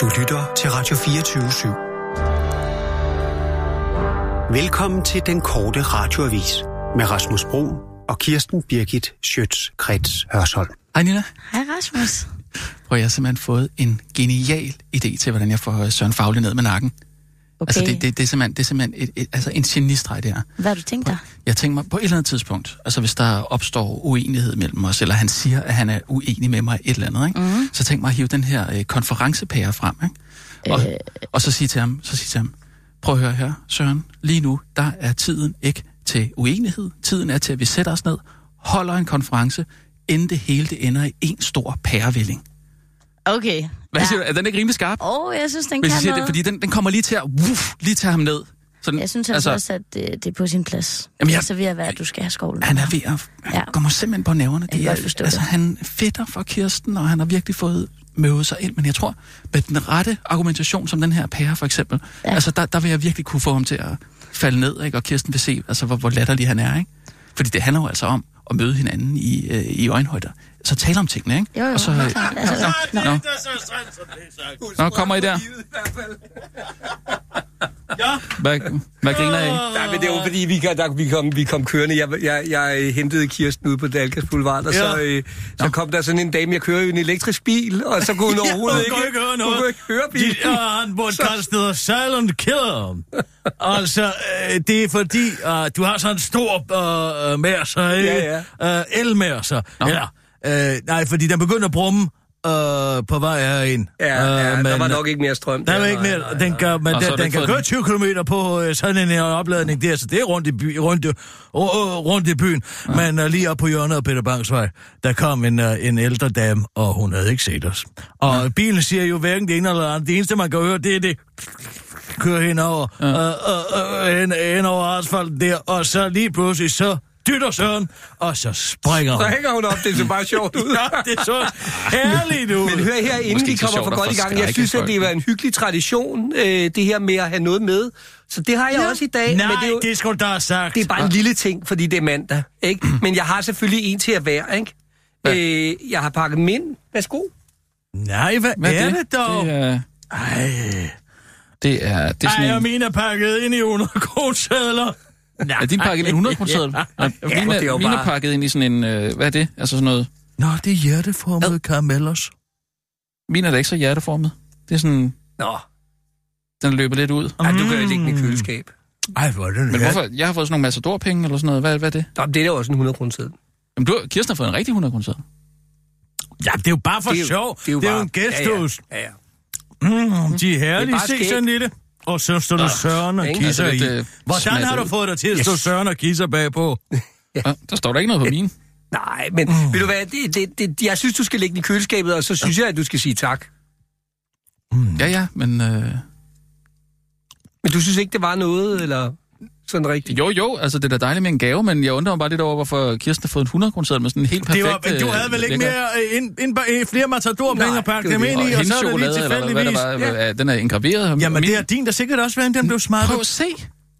Du lytter til Radio 24 /7. Velkommen til den korte radioavis med Rasmus Bro og Kirsten Birgit Schøtz-Krets Hørsholm. Hej Nina. Hej Rasmus. Prøv, jeg har simpelthen fået en genial idé til, hvordan jeg får øh, Søren Fagli ned med nakken. Okay. Altså, det, det, det, er simpelthen, det er simpelthen et, et, altså en genistreg, det her. Hvad har du tænkt dig? Jeg tænker mig på et eller andet tidspunkt, altså hvis der opstår uenighed mellem os, eller han siger, at han er uenig med mig i et eller andet, ikke? Mm. så tænk mig at hive den her øh, konferencepære frem, ikke? Og, øh... og så sige til ham, så sige til ham, prøv at høre her, Søren, lige nu, der er tiden ikke til uenighed. Tiden er til, at vi sætter os ned, holder en konference, inden det hele det ender i en stor pærevælling. Okay. Hvad ja. siger du? Er den ikke rimelig skarp? Åh, oh, jeg synes, den Hvis jeg kan siger noget. det, fordi den, den kommer lige til at, wuff, lige til ham ned. Så den, Jeg synes altså, også, at det, det er på sin plads. Jamen, jeg- Så vil jeg være, at du skal have skovlen. han er ved at, han Ja. ja. kommer simpelthen på næverne. kan er, godt forstå altså, det. han fedter for Kirsten, og han har virkelig fået møvet sig ind, men jeg tror, med den rette argumentation, som den her pære for eksempel, ja. altså der, der vil jeg virkelig kunne få ham til at falde ned, ikke? og Kirsten vil se, altså, hvor, hvor latterlig han er. Ikke? Fordi det handler jo altså om at møde hinanden i, øh, i øjenhøjder. Så tale om tingene, ikke? Jo, jo, og så, helt klart. Altså, nå, nå, nå, kommer I der? Ja. Hvad, hvad griner I? Nej, men det var fordi, vi, kom- der, vi, kom, vi kom kørende. Jeg, jeg, jeg hentede Kirsten ud på Dalgas Boulevard, og ja. så, Ja. øh, så kom der sådan en dame, jeg kører jo i en elektrisk bil, og så kunne hun overhovedet Hun ikke, kunne ikke høre noget. Hun kunne ikke høre bilen. De, og han burde Så- kaldes ned og silent killer ham. altså, øh, det er fordi, øh, du har sådan en stor øh, med sig, ikke? Ja, Øh, el med sig. Eller, øh, nej, fordi den begynder at brumme øh, på vej herind. Øh, Ja, ja, men, der var nok ikke mere strøm. Der er jo ikke mere. Den kan, men Og så har du den, den ikke kan fået køre den. 20 km på øh, sådan en her opladning der, så det er rundt i, by, rundt, i- ru- øh, rundt i byen. Ja. Men øh, lige op på hjørnet af Peter Bangsvej, der kom en, øh, en ældre dame, og hun havde ikke set os. Og ja. bilen siger jo hverken det ene eller det andet. Det eneste, man kan høre, det er det kører hen over, ja. øh, øh, øh, hen, hen over asfalten der, og så lige pludselig så dytter Søren, og så springer hun. Så hænger hun op, det ser bare sjovt ud. Ja, det så herligt ud. Men hør her, inden Måske vi ikke så kommer sjovt for at godt i gang, jeg forskrække synes, at folk. det var en hyggelig tradition, øh, det her med at have noget med. Så det har jeg også i dag. Nej, men det, er jo, det skulle du da have sagt. det er bare en lille ting, fordi det er mandag. Ikke? Mm. Men jeg har selvfølgelig en til at være. Ikke? Øh, jeg har pakket dem ind. Værsgo. Nej, hvad, hvad er det, det dog? Det er, Ej, det er, det er sådan Ej, en- og mine er pakket ind i 100 kronesedler. Nej. Er din pakket ind i 100 kroner ja, Ja, mine, det er jo mine bare- er pakket ind i sådan en, øh, hvad er det? Altså sådan noget, Nå, det er hjerteformede karamellers. mine er da ikke så hjerteformet. Det er sådan, Nå, den løber lidt ud. Ej, du kan jo Mm. ligge den i køleskab. Ej, hvor er det Men hvorfor? Jeg har fået sådan nogle matadorpenge eller sådan noget. Hvad, hvad er det? Nå, men det er da også en 100 kroner siden. Jamen, du, Kirsten har fået en rigtig 100 kroner seddel. Ja, det er jo bare for Det er jo- sjov. det er jo det er jo bare- en gæsthus. Ja, ja. Mm, de er herlige. Det er bare Se skægt. sådan i det. Og så står du Søren og ikke? kisser Altså, lidt, i. øh, Hvordan har smadret du ud. fået dig til at stå Yes. Søren og kisser bagpå? Ja. Der står der ikke noget på mine. Nej, men mm. ved du hvad, det, det, det, jeg synes, du skal lægge den i køleskabet, og så synes jeg, at du skal sige tak. Ja, ja, men øh, Men du synes ikke, det var noget, eller sådan rigtigt? jo, jo, altså det er da dejligt med en gave, men jeg undrer mig bare lidt over, hvorfor Kirsten har fået en 100 kroner seddel med sådan en helt Det perfekt... var, du havde vel ikke lækker- mere øh, ind, ind, ind, flere matadorpenge Nej, at pakke det er dem det. ind Og i, og hendes så er det lige chokolade, eller hvad der tilfældigvis. var, ja. den er engraveret. Jamen, Min- det er din, der sikkert også var, den blev Prøv smadret. at se.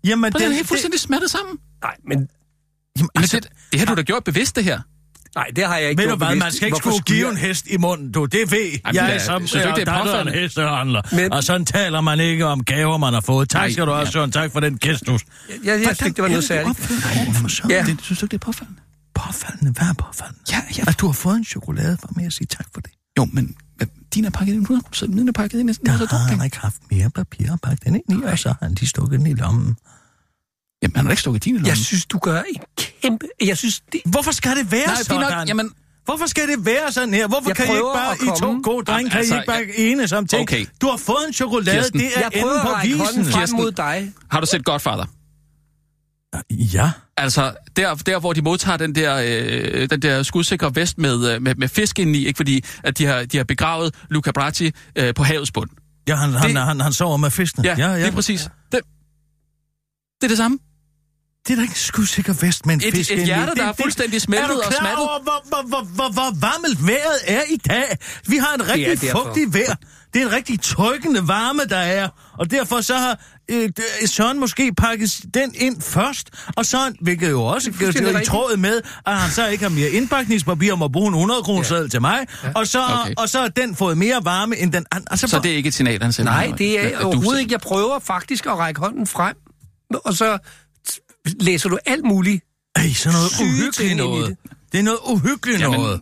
Jamen, Prøv at se, den er helt fuldstændig smattet sammen. Nej, men Jamen, Men altså, det, det har du da gjort bevidst, det her. nej, det har jeg ikke Ved du gjort hvad, bevidst. man skal ikke Hvorfor skulle give jeg- en hest i munden, du. Det ved Jamen, jeg det er, er- som synes du ikke, det er er en påfaldende? hestehandler. Men... Men- Og sådan taler man ikke om gaver, man har fået. Tak skal du også, Søren. Tak for den gestus. Jeg, jeg, jeg synes ikke, det var noget særligt. Ja. Ja. Det, synes du ikke, det er påfaldende? Påfaldende, hvad er påfaldende? Ja, ja. At du har fået en chokolade fra mig at sige tak for det. Jo, men men din er pakket ind i 100 kroner seddel, min er pakket ind i sådan en Der har han matadorpenge. ikke haft mere papir at pakke den ind i, og så har han lige stukket den i lommen. Jamen, han har da ikke stukket din i Jeg lommen. synes, du gør en kæmpe... Jeg synes, det, Hvorfor skal det være Nej, fint sådan? nok. Jamen- Hvorfor skal det være sådan her? Hvorfor Jeg kan I ikke prøver bare, at I to komme. gode drenge, kan I Altså, ikke bare enes om ting? Okay. Du har fået en chokolade, Kirsten. det er jeg prøver enden på at række hånden visen. frem Kirsten. mod dig. Har du set Godfather? Ja. Altså, der, der hvor de modtager den der, øh, den der skudsikre vest med, øh, med, med fisk indeni, ikke? fordi at de har, de har begravet Luca Bracci øh, på havets bund. Ja, han, han, Det- han, han sover med fiskene. Ja, ja, ja. lige præcis. Det, det er det samme. Det er da ikke skudsikker vest med en Et- et fisk inde i. hjerte, Det- der er det- fuldstændig smeltet Er du og klar smattet? over, hvor, hvor, hvor, hvor, hvor varmt vejret er i dag? Vi har en rigtig derfor. fugtig vejr. Det er en rigtig trykkende varme, der er. Og derfor så har øh, d- Søren måske pakket den ind først, og så, hvilket jo også fuldstændig gør i rigtigt. tråd med, at han så ikke har mere indpakningspapir om at bruge en 100 kroner ja. til mig, ja. og, så, okay. Okay. og så har den fået mere varme end den anden. Altså, Så det er ikke et signal, han sender? Nej, mig, det at- at er du- overhovedet ikke. Jeg prøver faktisk at række hånden frem, og så t- læser du alt muligt. Ej, sådan noget Syge ting uhyggeligt ind i noget. Det er noget uhyggeligt Jamen, noget.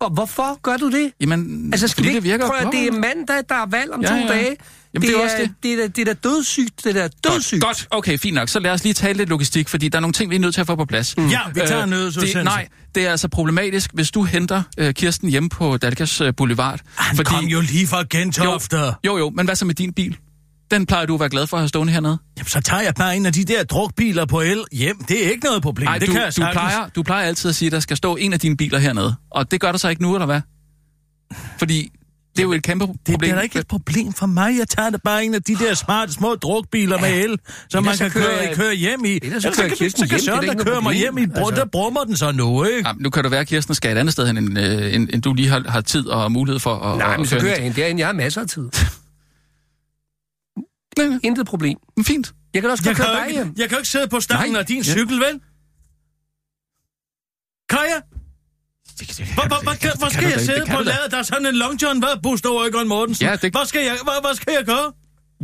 Og hvorfor gør du det? Jamen, Altså, skal fordi vi det ikke virker prøve, at det er mandag, der er valg om Ja, to ja. dage? Jamen, det er jo også det. Det er, da- det er da dødssygt. Det er da dødssygt. Godt, godt, okay, fint nok. Så lad os lige tale lidt logistik, fordi der er nogle ting, vi er nødt til at få på plads. Mm. Ja, vi tager en nødsudsendelse. det, Nej, det er altså problematisk, hvis du henter øh, Kirsten hjemme på Dalgas øh, Boulevard. Han fordi... kom jo lige fra Gentofte. Jo. Jo, jo, men hvad så med din bil? Den plejer du at være glad for at have stående hernede. Jamen, så tager jeg bare en af de der drukbiler på el hjem. Det er ikke noget problem. Nej, det du, kan jeg du, sagtens. plejer, du plejer altid at sige, at der skal stå en af dine biler hernede. Og det gør der så ikke nu, eller hvad? Fordi det er jo et kæmpe Det problem. er da ikke et problem for mig. Jeg tager da bare en af de der smarte små drukbiler med el, som man så kan køre, kører- køre hjem i. Ellers så Ellers kører kan, vi- Kirsten så kan hjem. Det er da Søren, ikke der noget kører mig problem. hjem i. Brum, Altså. der brummer den så nu, ikke? Ja, nu kan du være, at Kirsten skal et andet sted hen, end, øh, end, end du lige har, har tid og mulighed for at Nej, at men så køre kører ned. jeg hende derinde. Jeg har masser af tid. Nej, nej, Intet problem. men Fint. Jeg kan også Jeg godt kan, køre jo dig ikke, hjem. jeg kan jo ikke sidde på stangen Nej. af din Ja. cykel, vel? Kan jeg? Hvor, hvor, hvor, hvor, hvor skal jeg sidde på ladet? Der er sådan en long john, hvad? Buster Røgeren Mortensen. Ja, det- Hvor skal jeg, hvor, hvor skal jeg gøre?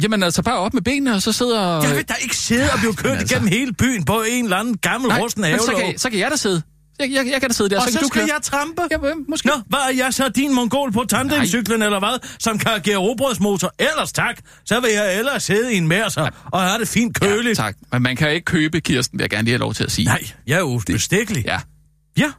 Jamen altså, bare op med benene, og så sidder... Jeg vil da ikke sidde og blive kørt men altså. igennem hele byen på en eller anden gammel Nej, rusten men havelov. så, kan, så kan jeg da sidde. Jeg, jeg, jeg kan da sidde der, Og så så kan du skal køre. jeg trampe. Ja, øh, måske. Nå, hvad er jeg så din mongol på tandemcyklen eller hvad, som kan agere robrødsmotor? Ellers tak, så vil jeg ellers sidde i en mærser og have det fint køligt. Ja, tak. Men man kan jo ikke købe Kirsten, vil jeg gerne lige have lov til at sige. Nej, jeg er ubestikkelig. Ja. ja.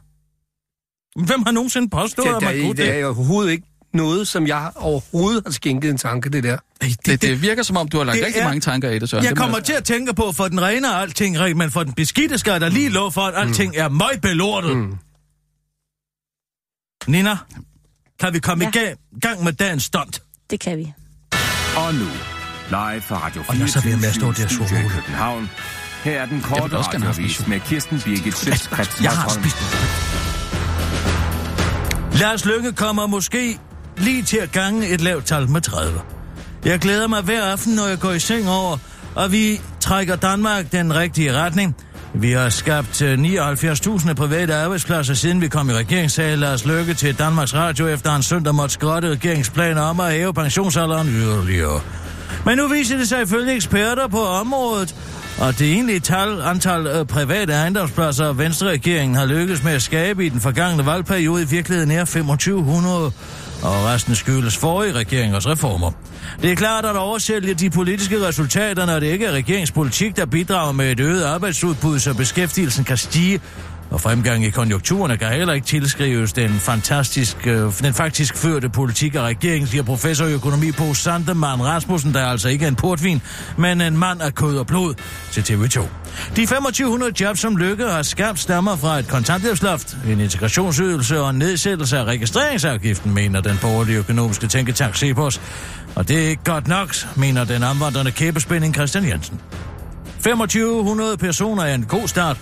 Men Hvem har nogensinde påstået, Det, at man der, kunne det er det? jo overhovedet ikke noget, som jeg overhovedet har skænket en tanke, det der. Ej, Det, det virker som om, du har lagt det rigtig er- mange tanker i det, Søren. Jeg Det må kommer jeg- til at tænke på, for den rene er alting rigtigt, men for den beskidte skal der lige lov for, at alting er møgbelortet. Mm. Nina, kan vi komme Ja. i gang, gang med dagens stunt? Det kan vi. Og nu, live fra Radio 4. Og jeg er så ved med at stå der og suge i hovedet. København. Her er den vil korte da også gerne have haft en radiovis suge. med Kirsten Birgit Schøtzgrads Jeg har spist. Lars Lykke kommer måske lige til at gange et lavt tal med 30. Jeg glæder mig hver aften, når jeg går i seng over, og vi trækker Danmark den rigtige retning. Vi har skabt øh, 79.000 private arbejdspladser, siden vi kom i regering, sagde Lars Løkke til Danmarks Radio, efter han søndag måtte skrotte regeringsplaner om at hæve pensionsalderen yderligere. Men nu viser det sig ifølge eksperter på området, og det egentlige tal, antal øh, private ejendomspladser, Venstre-regeringen har lykkes med at skabe i den forgangne valgperiode, i virkeligheden er 2500 og resten skyldes forrige regeringers reformer. Det er klart, at oversælge de politiske resultater, når det ikke er regeringspolitik, der bidrager med et øget arbejdsudbud, så beskæftigelsen kan stige, og fremgang i konjunkturerne kan heller ikke tilskrives den, fantastisk, øh, den faktisk førte politik af regeringen, siger professor i økonomi på Sandemann Rasmussen, der altså ikke er en portvin, men en mand af kød og blod til TV2. De 2500 jobs, som Lykke har skabt, stammer fra et kontanthjælpsloft, en integrationsydelse og en nedsættelse af registreringsafgiften, mener den borgerlige økonomiske tænketank Cepos. Og det er ikke godt nok, mener den omvandrende kæbespænding Christian Jensen. 2500 personer er en god start,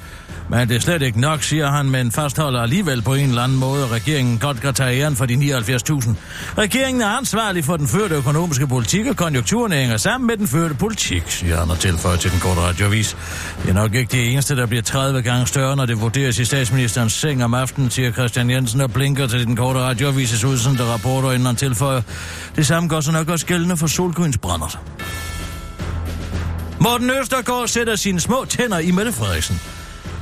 men det er slet ikke nok, siger han, men fastholder alligevel på en eller anden måde, at regeringen godt kan tage æren for de 79.000. Regeringen er ansvarlig for den førte økonomiske politik, og konjunkturerne hænger sammen med den førte politik, siger han og tilføjer til den korte radiovis. Det er nok ikke det eneste, der bliver 30 gange større, når det vurderes i statsministerens seng om aftenen, siger Christian Jensen og blinker til den korte radioavises udsendte rapporter, inden han tilføjer. Det samme går så nok også gældende for Solgryns brændert. Morten Østergaard sætter sine små tænder i Mette Frederiksen.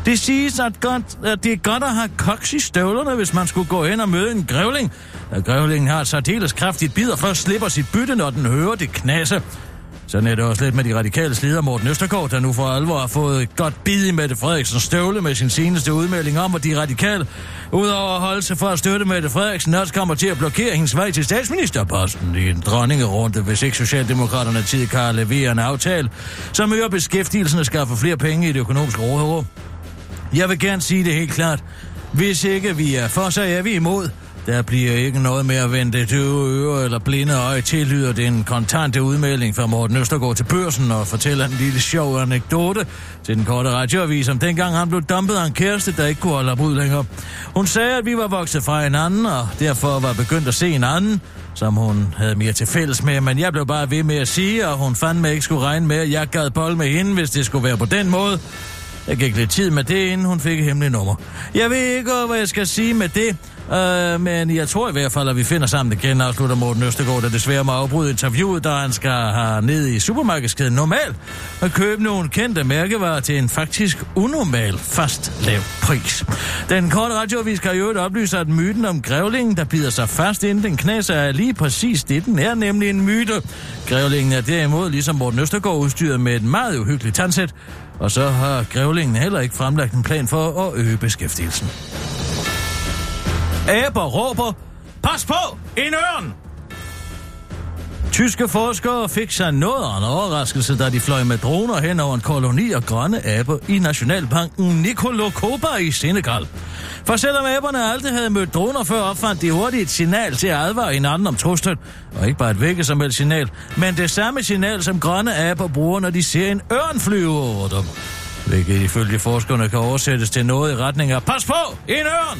Det siges, at, godt, at det er godt at have koks i støvlerne, hvis man skulle gå hen og møde en grævling. Da grævlingen har et særdeles kraftigt bid, og først slipper sit bytte, når den hører det knasse. Sådan er det også lidt med de radikale leder Morten Østergaard, der nu for alvor har fået et godt bid i Mette Frederiksens støvle med sin seneste udmelding om, at de radikale, udover at holde sig for at støtte Mette Frederiksen, også kommer til at blokere hendes vej til statsministerposten i en dronningerunde, hvis ikke Socialdemokraterne tid kan levere en aftale, som øger beskæftigelsen og skaffer flere penge i det økonomiske råderum. Jeg vil gerne sige det helt klart. Hvis ikke vi er for, så er vi imod. Der bliver ikke noget med at vente døve ører eller blinde øje tillyder den kontante udmelding fra Morten Østergaard til børsen og fortæller en lille sjov anekdote til den korte radioavis om dengang han blev dumpet af en kæreste, der ikke kunne holde op ud længere. Hun sagde, at vi var vokset fra hinanden, og derfor var begyndt at se en anden, som hun havde mere til fælles med, men jeg blev bare ved med at sige, og hun fandme ikke skulle regne med, at jeg gad bold med hende, hvis det skulle være på den måde. Jeg gik lidt tid med det, inden hun fik et hemmeligt nummer. Jeg ved ikke, hvad jeg skal sige med det, øh, men jeg tror i hvert fald, at vi finder sammen igen, afslutter Morten Østergaard, der desværre må afbryde interviewet, da han skal have ned i supermarkedskæden normalt og købe nogle kendte mærkevarer til en faktisk unormal fast lav pris. Den korte radioavis kan i øvrigt oplyse, at myten om grævlingen, der bider sig fast inden den knæser, er lige præcis det, den er, nemlig en myte. Grævlingen er derimod, ligesom Morten Østergaard, udstyret med et meget uhyggeligt tandsæt, og så har grævlingen heller ikke fremlagt en plan for at øge beskæftigelsen. Aber råber, pas på, en ørn! Tyske forskere fik sig noget af en overraskelse, da de fløj med droner hen over en koloni af grønne aber i Nationalbanken Nicolo Coba i Senegal. For selvom aberne aldrig havde mødt droner før, opfandt de hurtigt et signal til at advare hinanden om truslen. Og ikke bare et vække som et signal, men det samme signal, som grønne aber bruger, når de ser en ørn flyve over dem. Hvilket ifølge forskerne kan oversættes til noget i retning af, pas på, en ørn!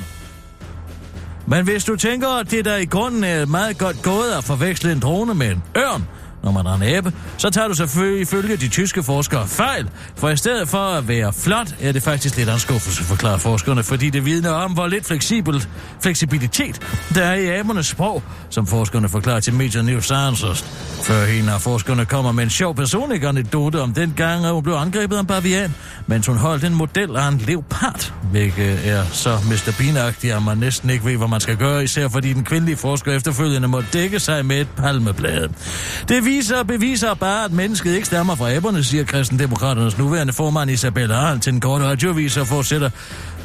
Men hvis du tænker, at det der i grunden er meget godt gået at forveksle en drone med en ørn, når man er en æbe, så tager du selvfølgelig ifølge de tyske forskere fejl. For i stedet for at være flot, er det faktisk lidt af en skuffelse, forklarer forskerne, fordi det vidner om, hvor lidt fleksibel fleksibilitet der er i abernes sprog, som forskerne forklarer til Major New Sciences. Før hende og forskerne kommer med en sjov personlig anekdote om den gang, at hun blev angrebet af en bavian, mens hun holdt en model af en leopard, hvilket er så Mr. Bean-agtigt, at man næsten ikke ved, hvad man skal gøre, især fordi den kvindelige forsker efterfølgende må dække sig med et palmeblad. Det viser beviser bare, at mennesket ikke stammer fra æberne, siger kristendemokraternes nuværende formand Isabella Arndt til den korte radioavis og fortsætter.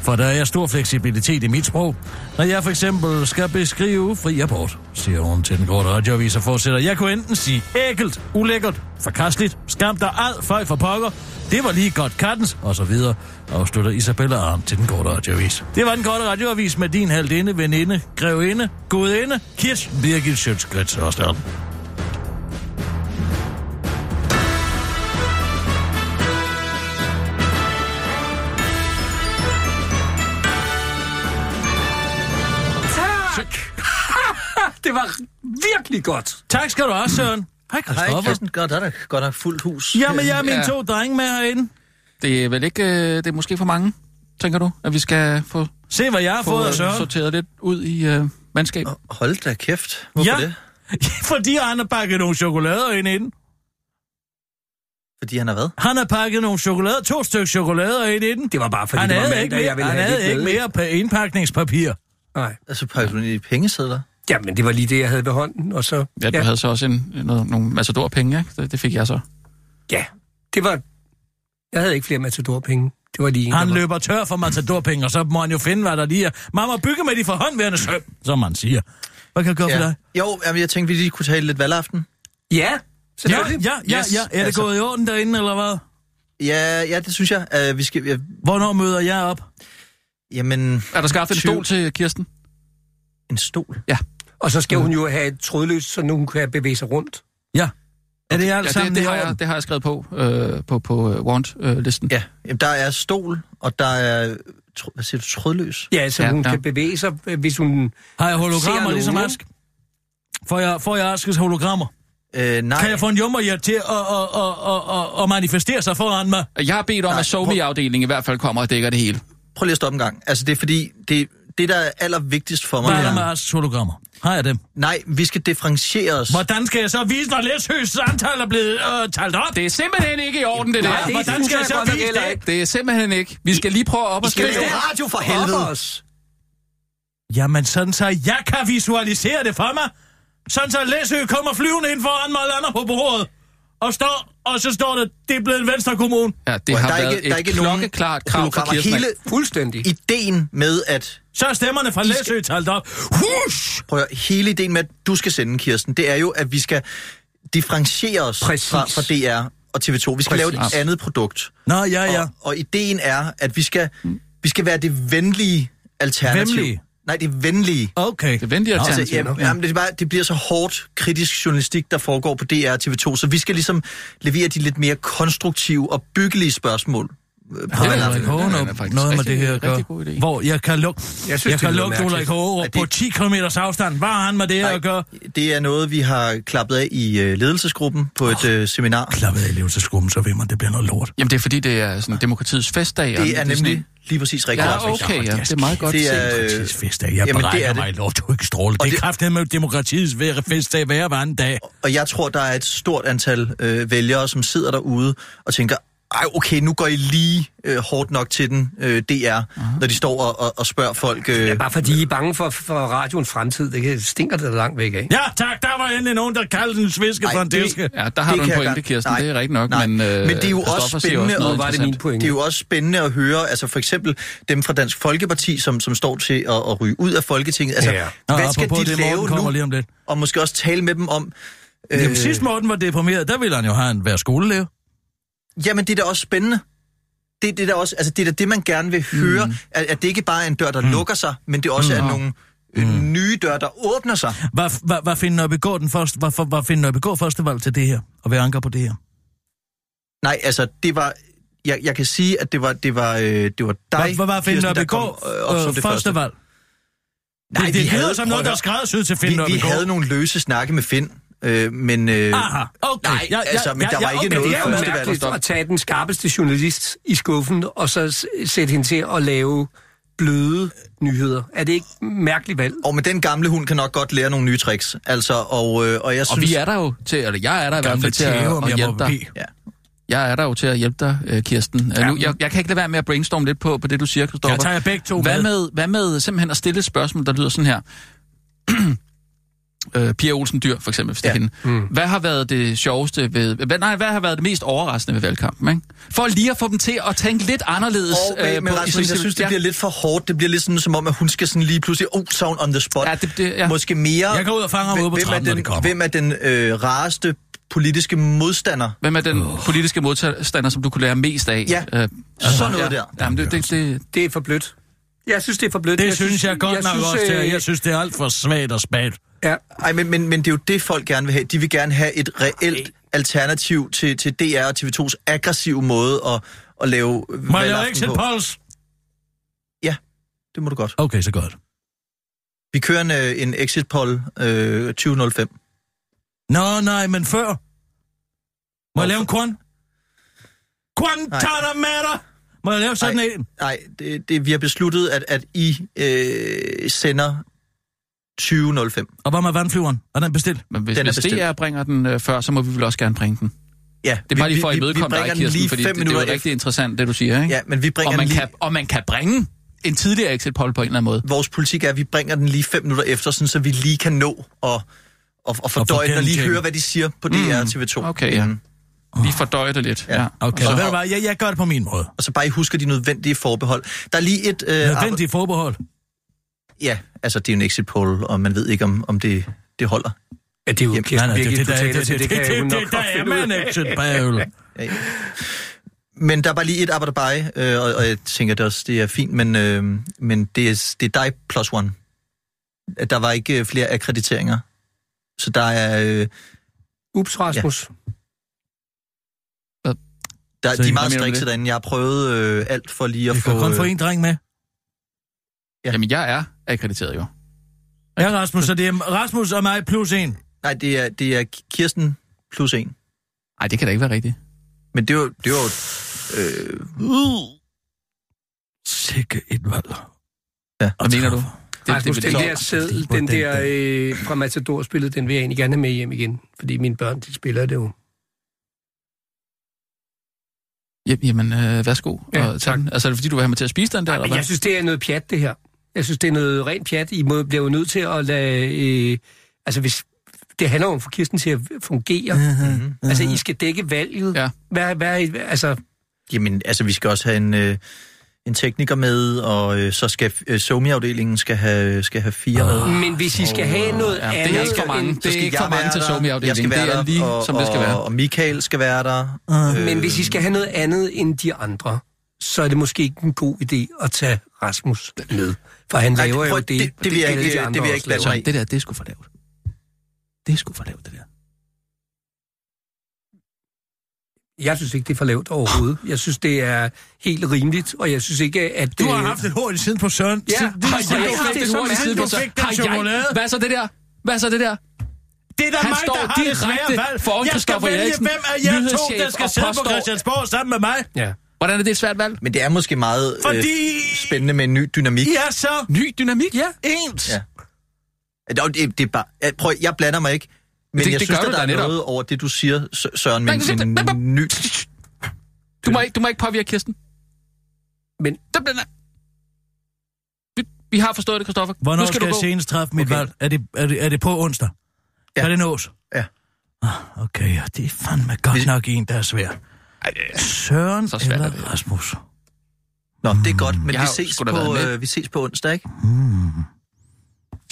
For der er stor fleksibilitet i mit sprog, når jeg for eksempel skal beskrive fri abort, siger hun til den korte radioavis og fortsætter. Jeg kunne enten sige ækelt, ulækkert, forkasteligt, skam der ad, føj for pokker, det var lige godt kattens, og så videre, afslutter Isabella Arndt til den korte radioavis. Det var den korte radioavis med din halvdinde, veninde, grevinde, godinde, Kirsten Birgit Sjøtskrets Hørsdal. Tak! det var virkelig godt. Tak skal du have, Søren. Hej, Hej, Christoffer. Kirsten. Godt, der er der godt nok fuldt hus. Jamen, jeg har mine Ja. to drenge med herinde. Det er vel ikke, øh, det er måske for mange, tænker du, at vi skal få, Se, hvad jeg har fået få af Søren. sorteret lidt ud i øh, mandskab. Hold da kæft. Hvorfor Ja. det? Fordi han har pakket nogle chokolader ind inden. Fordi han har hvad? Han har pakket nogle chokolader, to stykker chokolader ind inden. Det var bare fordi, Han det var havde mandag, ikke mere, jeg ville han have havde det ikke glædeligt. mere pa- indpakningspapir. Nej. Altså, pakker du ned i pengesedler? Jamen, det var lige det, jeg havde ved hånden, og så... Ja, du ja. havde så også en, noget, nogle matadorpenge, ikke? Det, det fik jeg så. ja, det var... Jeg havde ikke flere matadorpenge. Det var lige en, Han der var- løber tør for matadorpenge, og så må han jo finde, hvad der lige er. Man må bygge med de forhåndværende søm, som man siger. Hvad kan jeg gøre for dig? Jo, jamen, jeg tænkte, vi lige kunne tale lidt valgaften. Ja, Ja, selvfølgelig. ja, ja, Yes, ja. Er det altså. gået i orden derinde, eller hvad? Ja, ja, det synes jeg. Uh, vi skal... Ja, Hvornår møder jeg op? jamen, Er der skaffet en Tyve. stol til Kirsten? en stol. Og så skal hun jo have et trådløst, så nu hun kan bevæge sig rundt. Er det alt Ja, sammen det, det, i har orden? jeg, det har jeg skrevet på øh, på, på uh, want-listen. Ja, jamen, der er stol, og der er... Tr- hvad siger du? Trådløs? Ja, så Ja, ja, hun ja. ja. kan bevæge sig, øh, hvis hun... Har jeg Ser hologrammer nogen? ligesom Ask? Får jeg, får jeg Askes hologrammer? Øh, nej. Kan jeg få en jummerhjert til at, at, at, at, at, at manifestere sig foran mig? Jeg har bedt om, Nej, at Somi-afdelingen i hvert fald kommer og dækker det hele. Prøv lige at stoppe en gang. Altså, det er fordi, det, det der er allervigtigst for mig... Hvad er der med her- Asks hologrammer? Har jeg dem? Nej, vi skal differentiere os. Hvordan skal jeg så vise, når Læshøs antal er blevet øh, talt op? Det er simpelthen ikke i orden, det der. Nej, det, hvordan det skal synes jeg så godt nok vise heller det? ikke. Det er simpelthen ikke. Vi skal lige prøve op og Skal skrive. vi lave radio for Helvede. helvede? Os. Jamen, sådan så jeg kan visualisere det for mig. Sådan så Læsø kommer flyvende ind foran mig og lander på bordet. Og, står, og så står det, det er blevet en venstre kommune. Ja, det har været et klokkeklart krav fra Kirsten. Hele af. Fuldstændig. ideen med, at Så er stemmerne fra Læsø talt op. Hush! Prøv at, høre, hele ideen med, at du skal sende, Kirsten, det er jo, at vi skal differentiere os Præcis. fra, fra DR og TV2. Vi skal Præcis. Præcis. lave et andet produkt. Nå, ja, ja. Og, og ideen er, at vi skal, vi skal være det venlige alternativ. Vemmelige. Nej, det venlige. Okay. Det venlige Altså, alternativ. jamen, jamen, det, er bare, det bliver så hårdt kritisk journalistik, der foregår på DR og TV2, så vi skal ligesom levere de lidt mere konstruktive og byggelige spørgsmål. Øh, på Har den er Ulrik faktisk- Hågen den er faktisk noget med rigtig- det her at gøre? rigtig god idé. Hvor jeg kan lukke, jeg Jeg synes, synes, jeg det kan lyder lukke mærkeligt. Ulrik Hågen Er det- på 10 km afstand. Hvad har han med det her at gøre? aften. Det er noget, vi har klappet af i øh, ledelsesgruppen på et øh, seminar. Klappet af levelsesgruppen, så ved man, det bliver noget lort. Jamen, det er fordi, det er sådan demokratiets festdag. og Det er sådan- nemlig lige præcis rigtigt. Ja, Rasmus. okay, ja. Det er meget godt Det er- set. Øh, Demokratiets festdag. Jeg jamen, det beregner er det. mig lov, du er ikke stråle. Det er det- kraften med demokratiets hver- festdag hver hver anden dag. øh, Og jeg tror, der er et stort antal øh, vælgere, som sidder derude og tænker, ej, okay, nu går I lige øh, hårdt nok til den, øh, DR, når de står og, og, og spørger folk. Øh, Ja, bare fordi I er bange for, for radioens fremtid. Det kan- stinker det langt væk, ikke? Ja, tak. Der var endelig nogen, der kaldte en sviske Ej, for en det- diske. Ja, der har Det du en kan jeg pointe, godt- Kirsten. nej, det er rigtigt nok. nej. Men, øh, Men det er jo også Christoffer siger spændende, også noget og var det min interessant. pointe? Det er jo også spændende at høre, altså for eksempel dem fra Dansk Folkeparti, som, som står til at, at ryge ud af Folketinget. Altså, Ja. ja. Nå, hvad skal apropos de det, Morten lave kommer nu? lige om lidt. Og måske også tale med dem om... Øh, Jamen, sidst Morten var deprimeret, der ville han jo have en være skolelærer. Jamen, det er da også spændende. Det, det, er da også, altså, det er da det, man gerne vil høre, mm. at, at det ikke bare er en dør, der mm. lukker sig, men det også mm. er nogle øh, nye døre, der åbner sig. Hvad, hvad, hvad finder jeg begå den første, hvad, hvad finder jeg begå første valg til det her? Og hvad anker på det her? Nej, altså, det var... Jeg, jeg kan sige, at det var, det var, øh, det var dig, Hvad, hvad, hvad Kirsten, finder der jeg kom begå øh, op som øh, det første valg? Nej, det, vi det lyder havde- som prøv noget, at der er høre. skræddersyet til Vi, Finn vi havde nogle løse snakke med Finn, øh, men... Øh, Aha, okay. Nej, altså, men der var ikke Men noget det er jo første valg. mærkeligt at tage den skarpeste journalist i skuffen, og så s- sætte hende til at lave bløde nyheder. Er det ikke mærkeligt valg? Og med den gamle hund kan nok godt lære nogle nye tricks. Altså, og, øh, og jeg Og synes... vi er der jo til, eller jeg er der i hvert Gamle fald til at, tæve, om at jeg hjælpe må dig. bede. Ja. Jeg er der jo til at hjælpe dig, øh, Kirsten. Ja. Nu, jeg, jeg kan ikke lade være med at brainstorme lidt på, på det, du siger, Kristoffer. Jeg tager jer begge to hvad med. med. Hvad med simpelthen at stille et spørgsmål, der lyder sådan her? øh, Pia Olsen Dyr, for eksempel, hvis det Ja. Mm. er hende. Hvad har været det sjoveste ved... Hvad, nej, hvad har været det mest overraskende ved valgkampen, ikke? For lige at få dem til at tænke lidt anderledes... Og med, med øh, på- i Rasmus, jeg socialt- synes, det ja. bliver lidt for hårdt. Det bliver lidt sådan, som om, at hun skal sådan lige pludselig, oh, sound on the spot. Ja, det- det- ja. Måske mere... Jeg går ud og fanger ham Hvem- ude på hvem er trappen, når den- de kommer. Hvem er den øh, rareste politiske modstander? Hvem er den politiske modstander, som du kunne lære mest af? Ja. Øh, Sådan noget der. jamen, det, det, det, Det er for blødt. Jeg synes, det er for blødt. Det synes jeg godt nok synes, også, det er. øh, Jeg synes, det er alt for svagt og spagt. ja. Ej, men, men, men det er jo det, folk gerne vil have. De vil gerne have et reelt alternativ til, til DR og TV2's aggressive måde at, at lave Må jeg ikke valgaften sætte på. pols? Ja, det må du godt. Okay, så godt. Vi kører en, øh, en exit poll øh, 2005. Nå, nej, men før. Må jeg lave en korn? Guantanamera! Må jeg lave sådan Nej. en? Nej, det, det, vi har besluttet, at, at I øh, sender 2005. Og hvad med vandflyveren? Er den bestilt? Men hvis, Den er hvis DR bestilt. bringer den øh, før, så må vi vel også gerne bringe den. Ja, Det er bare vi- lige for at vi- vi imødekomme bringer dig, den Kirsten, lige fordi fem det, det er jo minutter rigtig interessant, det du siger, ikke? Ja, men vi bringer og, man den lige... kan, og man kan bringe en tidligere exit poll på en eller anden måde. Vores politik er, at vi bringer den lige fem minutter efter, sådan, så vi lige kan nå og, og, og fordøje den og lige gennemtænke. høre, hvad de siger på DR og TV2. Okay, ja. Mm. Vi fordøjer det lidt. Ja. Ja. ja. Okay, så ved du hvad, jeg, jeg gør det på min måde. Og så bare I husker de nødvendige forbehold. Der er lige et... Øh, arbejde- Nødvendige forbehold. Ja, altså det er jo en exit poll, og man ved ikke, om, om det, det holder. Ja, det er jo Jamen, Kirsten Nej, nej, det, Birgit, altså, det, du det, det, taler det, det, til. det, det, Det kan jeg jo nok det, der godt er finde ud man af. action bagøl. Ja, ja. Men der er bare lige et arbejde øh, og, og jeg tænker det også, det er fint, men, øh, men det, er, det er dig plus one. At Der var ikke øh, flere akkrediteringer. Så der er, øh, Ups, Rasmus. der, Så I- de hvad er meget mener du med strikse det? derinde. Jeg har prøvet øh, alt for lige at Vi få... kan kun få øh, en dreng med. Ja. Jamen, jeg er akkrediteret jo. Ja, Rasmus, så det er Rasmus og mig plus en. Nej, det er, det er Kirsten plus en. Nej, det kan da ikke være rigtigt. Men det var, det var jo... Øh, Sikke et valg. Ja. Og Hvad mener du? træffer. Det, Rasmus, det, den det, der sædel, Hvordan den der da? øh, fra Matador-spillet, den vil jeg egentlig gerne have med hjem igen. Fordi mine børn, de spiller det jo. det, jamen, øh, værsgo. Ja, og, tag tak. den. Altså, er det fordi, du vil have mig til at spise den der, eller Men hvad? jeg synes, det er noget pjat, det her. Jeg synes, det er noget rent pjat. I må, bliver jo nødt til at lade... Øh, altså, hvis, det handler jo om at få kirsten til at fungere. Mm-hmm. mhm. Altså, I skal dække valget. Ja. Hvad, hvad, er I- altså, Jamen, altså, vi skal også have en, øh, en tekniker med, og øh, så skal øh, Somi-afdelingen skal have, skal have fire med. Ah, men hvis I skal have noget Ja, andet... det er Ah. ikke for end- mange. Det skal er ikke jeg for mange være til der, jeg somi-afdelingen. skal være Det er der, lige, og, som det skal og- være. Og Michael skal være der. Ah. Øh, Men hvis I skal have noget andet end de andre, så er det måske ikke en god idé at tage Rasmus med. For han Nej, laver det, jo prøv, det, det, det, det vil jeg alle de ikke, det andre vil jeg også altså. laver. ikke blande Så mig i. det der, det er sgu for lavt. Det er sgu for lavt, det der. Jeg synes ikke, det er for lavt overhovedet. Jeg synes, det er helt rimeligt, og jeg synes ikke, at... Du har øh, haft et hår i siden på søn. Ja, siden- det, har siden jeg du ikke haft fik- et hår i siden siden du på søn? fik den chokolade. Hvad så det der? Hvad så det der? Det er da Han mig, står der har det svære direkte valg. foran Jeg skal Christoffer vælge, Eriksen, hvem af jer to, der nyhedschef skal og sidde på påstår- Christiansborg sammen med mig. Ja. Hvordan er det et svært valg? Men det er måske meget Fordi øh, spændende med en ny dynamik. I er så Ny dynamik? Ja. ens. Ja. Det, er- det, det er bare, ja, prøv, jeg blander mig ikke, men Det- det, jeg det det synes, gør at du der da er netop. noget over det, du siger, S- Søren, Nej, men du siger- en Bap, bap. ny... Du må ikke, du må ikke påvirke Kirsten. Men Den bliver... Vi, vi har forstået det, Kristoffer. Hvornår nu skal, skal, skal du jeg gå. senest træffe mit Okay. valg? Er det, er, det, er det på onsdag? Ja. Ja. Kan det nås? Ja. Ah, Okay, ja, det er fandme godt Vi- nok en, der er svær. Søren så svært er det eller ikke. Rasmus? Nå, det er godt, men Jeg vi har jo ses, sgu da på, været med. øh, vi ses på onsdag, ikke?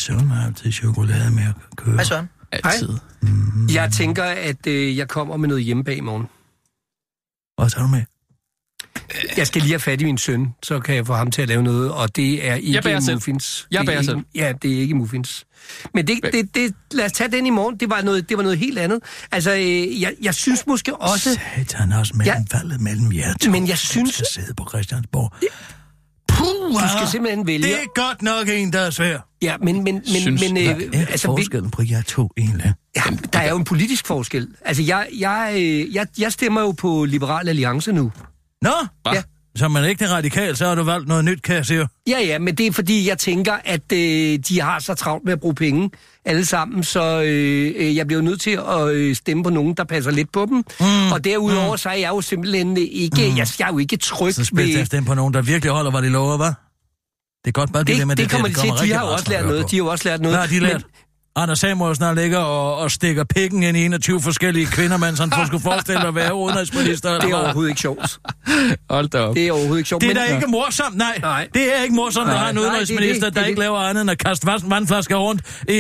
Søren har altid chokolade med at købe. Hej Søren. Altid. jeg tænker, at øh, jeg kommer med noget hjemme bag i morgen. Hvad tager du med? Jeg skal lige have fat i min søn, så kan jeg få ham til at lave noget, og det er ikke bager selv. muffins. Jeg det er bager ikke, selv. Ja, det er ikke muffins. Men det, det, det, lad os tage den i morgen. Det var noget, det var noget helt andet. Altså, øh, jeg, jeg synes måske også... Satan også mellem ja. valget mellem jer to. Men jeg Hvem synes- skal sidde på Christiansborg. Du Ah, skal simpelthen vælge... Det er godt nok en, der er svær. Ja, men, men, men, Synes- men Hvad øh, er altså, forskellen på jer to egentlig? Ja, der er jo en politisk forskel. Altså, jeg, jeg, øh, jeg, jeg stemmer jo på Liberal Alliance nu. Nå, Hva? Ja. så er man ikke det radikal, så har du valgt noget nyt, kan jeg sige. Ja, ja, men det er fordi, jeg tænker, at øh, de har så travlt med at bruge penge alle sammen, så øh, øh, jeg bliver jo nødt til at øh, stemme på nogen, der passer lidt på dem. Mm. Og derudover, mm. så er jeg jo simpelthen ikke, mm. jeg, jeg er jo ikke tryg Så spil ved... efter dem på nogen, der virkelig holder, hvad de lover, hva'? Det er godt bare, Det, der med det, det kommer de der, til. De rigtig har jo meget også snak lært at høre noget. på. De har jo også lært noget. Hvad har de lært? Men, Anders Samuelsen han ligger og, og stikker pikken ind i 21 forskellige kvinder, mens han for- skulle forestille sig at være udenrigsminister. det er eller hvad? overhovedet ikke sjovt. Hold da op. Det er overhovedet ikke sjovt. det er men- da ikke morsomt, nej. Nej. Det er ikke morsomt, at Nej. har en Nej, det er udenrigsminister, det, det er der ikke det. laver andet end at kaste vand- vandflasker rundt i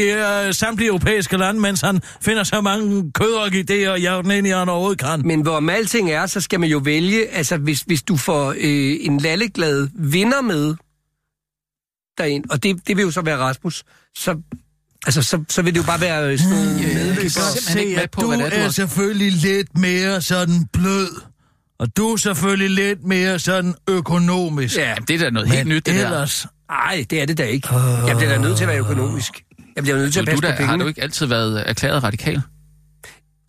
øh, samtlige europæiske lande, mens han finder så mange kødorkidéer og jagt ind i, han overhovedet kan. Men hvorom alting er, så skal man jo vælge, altså hvis, hvis du får øh, en lalleglad vinder med derind, og det, det vil jo så være Rasmus, så, altså, så, så vil det jo bare være øh, sådan nogle kan medløbere. godt simpelthen ikke se, med at på, du hvad det er, du er har- selvfølgelig lidt mere sådan blød. Og du er selvfølgelig lidt mere sådan økonomisk. Ja, Jamen, det er da noget helt Men nyt, det der. ellers, nej, det er det da ikke. Jeg bliver da nødt til at være økonomisk. Jeg bliver nødt til at Du, du passe på der, har pengene. du ikke altid været øh, erklæret radikal?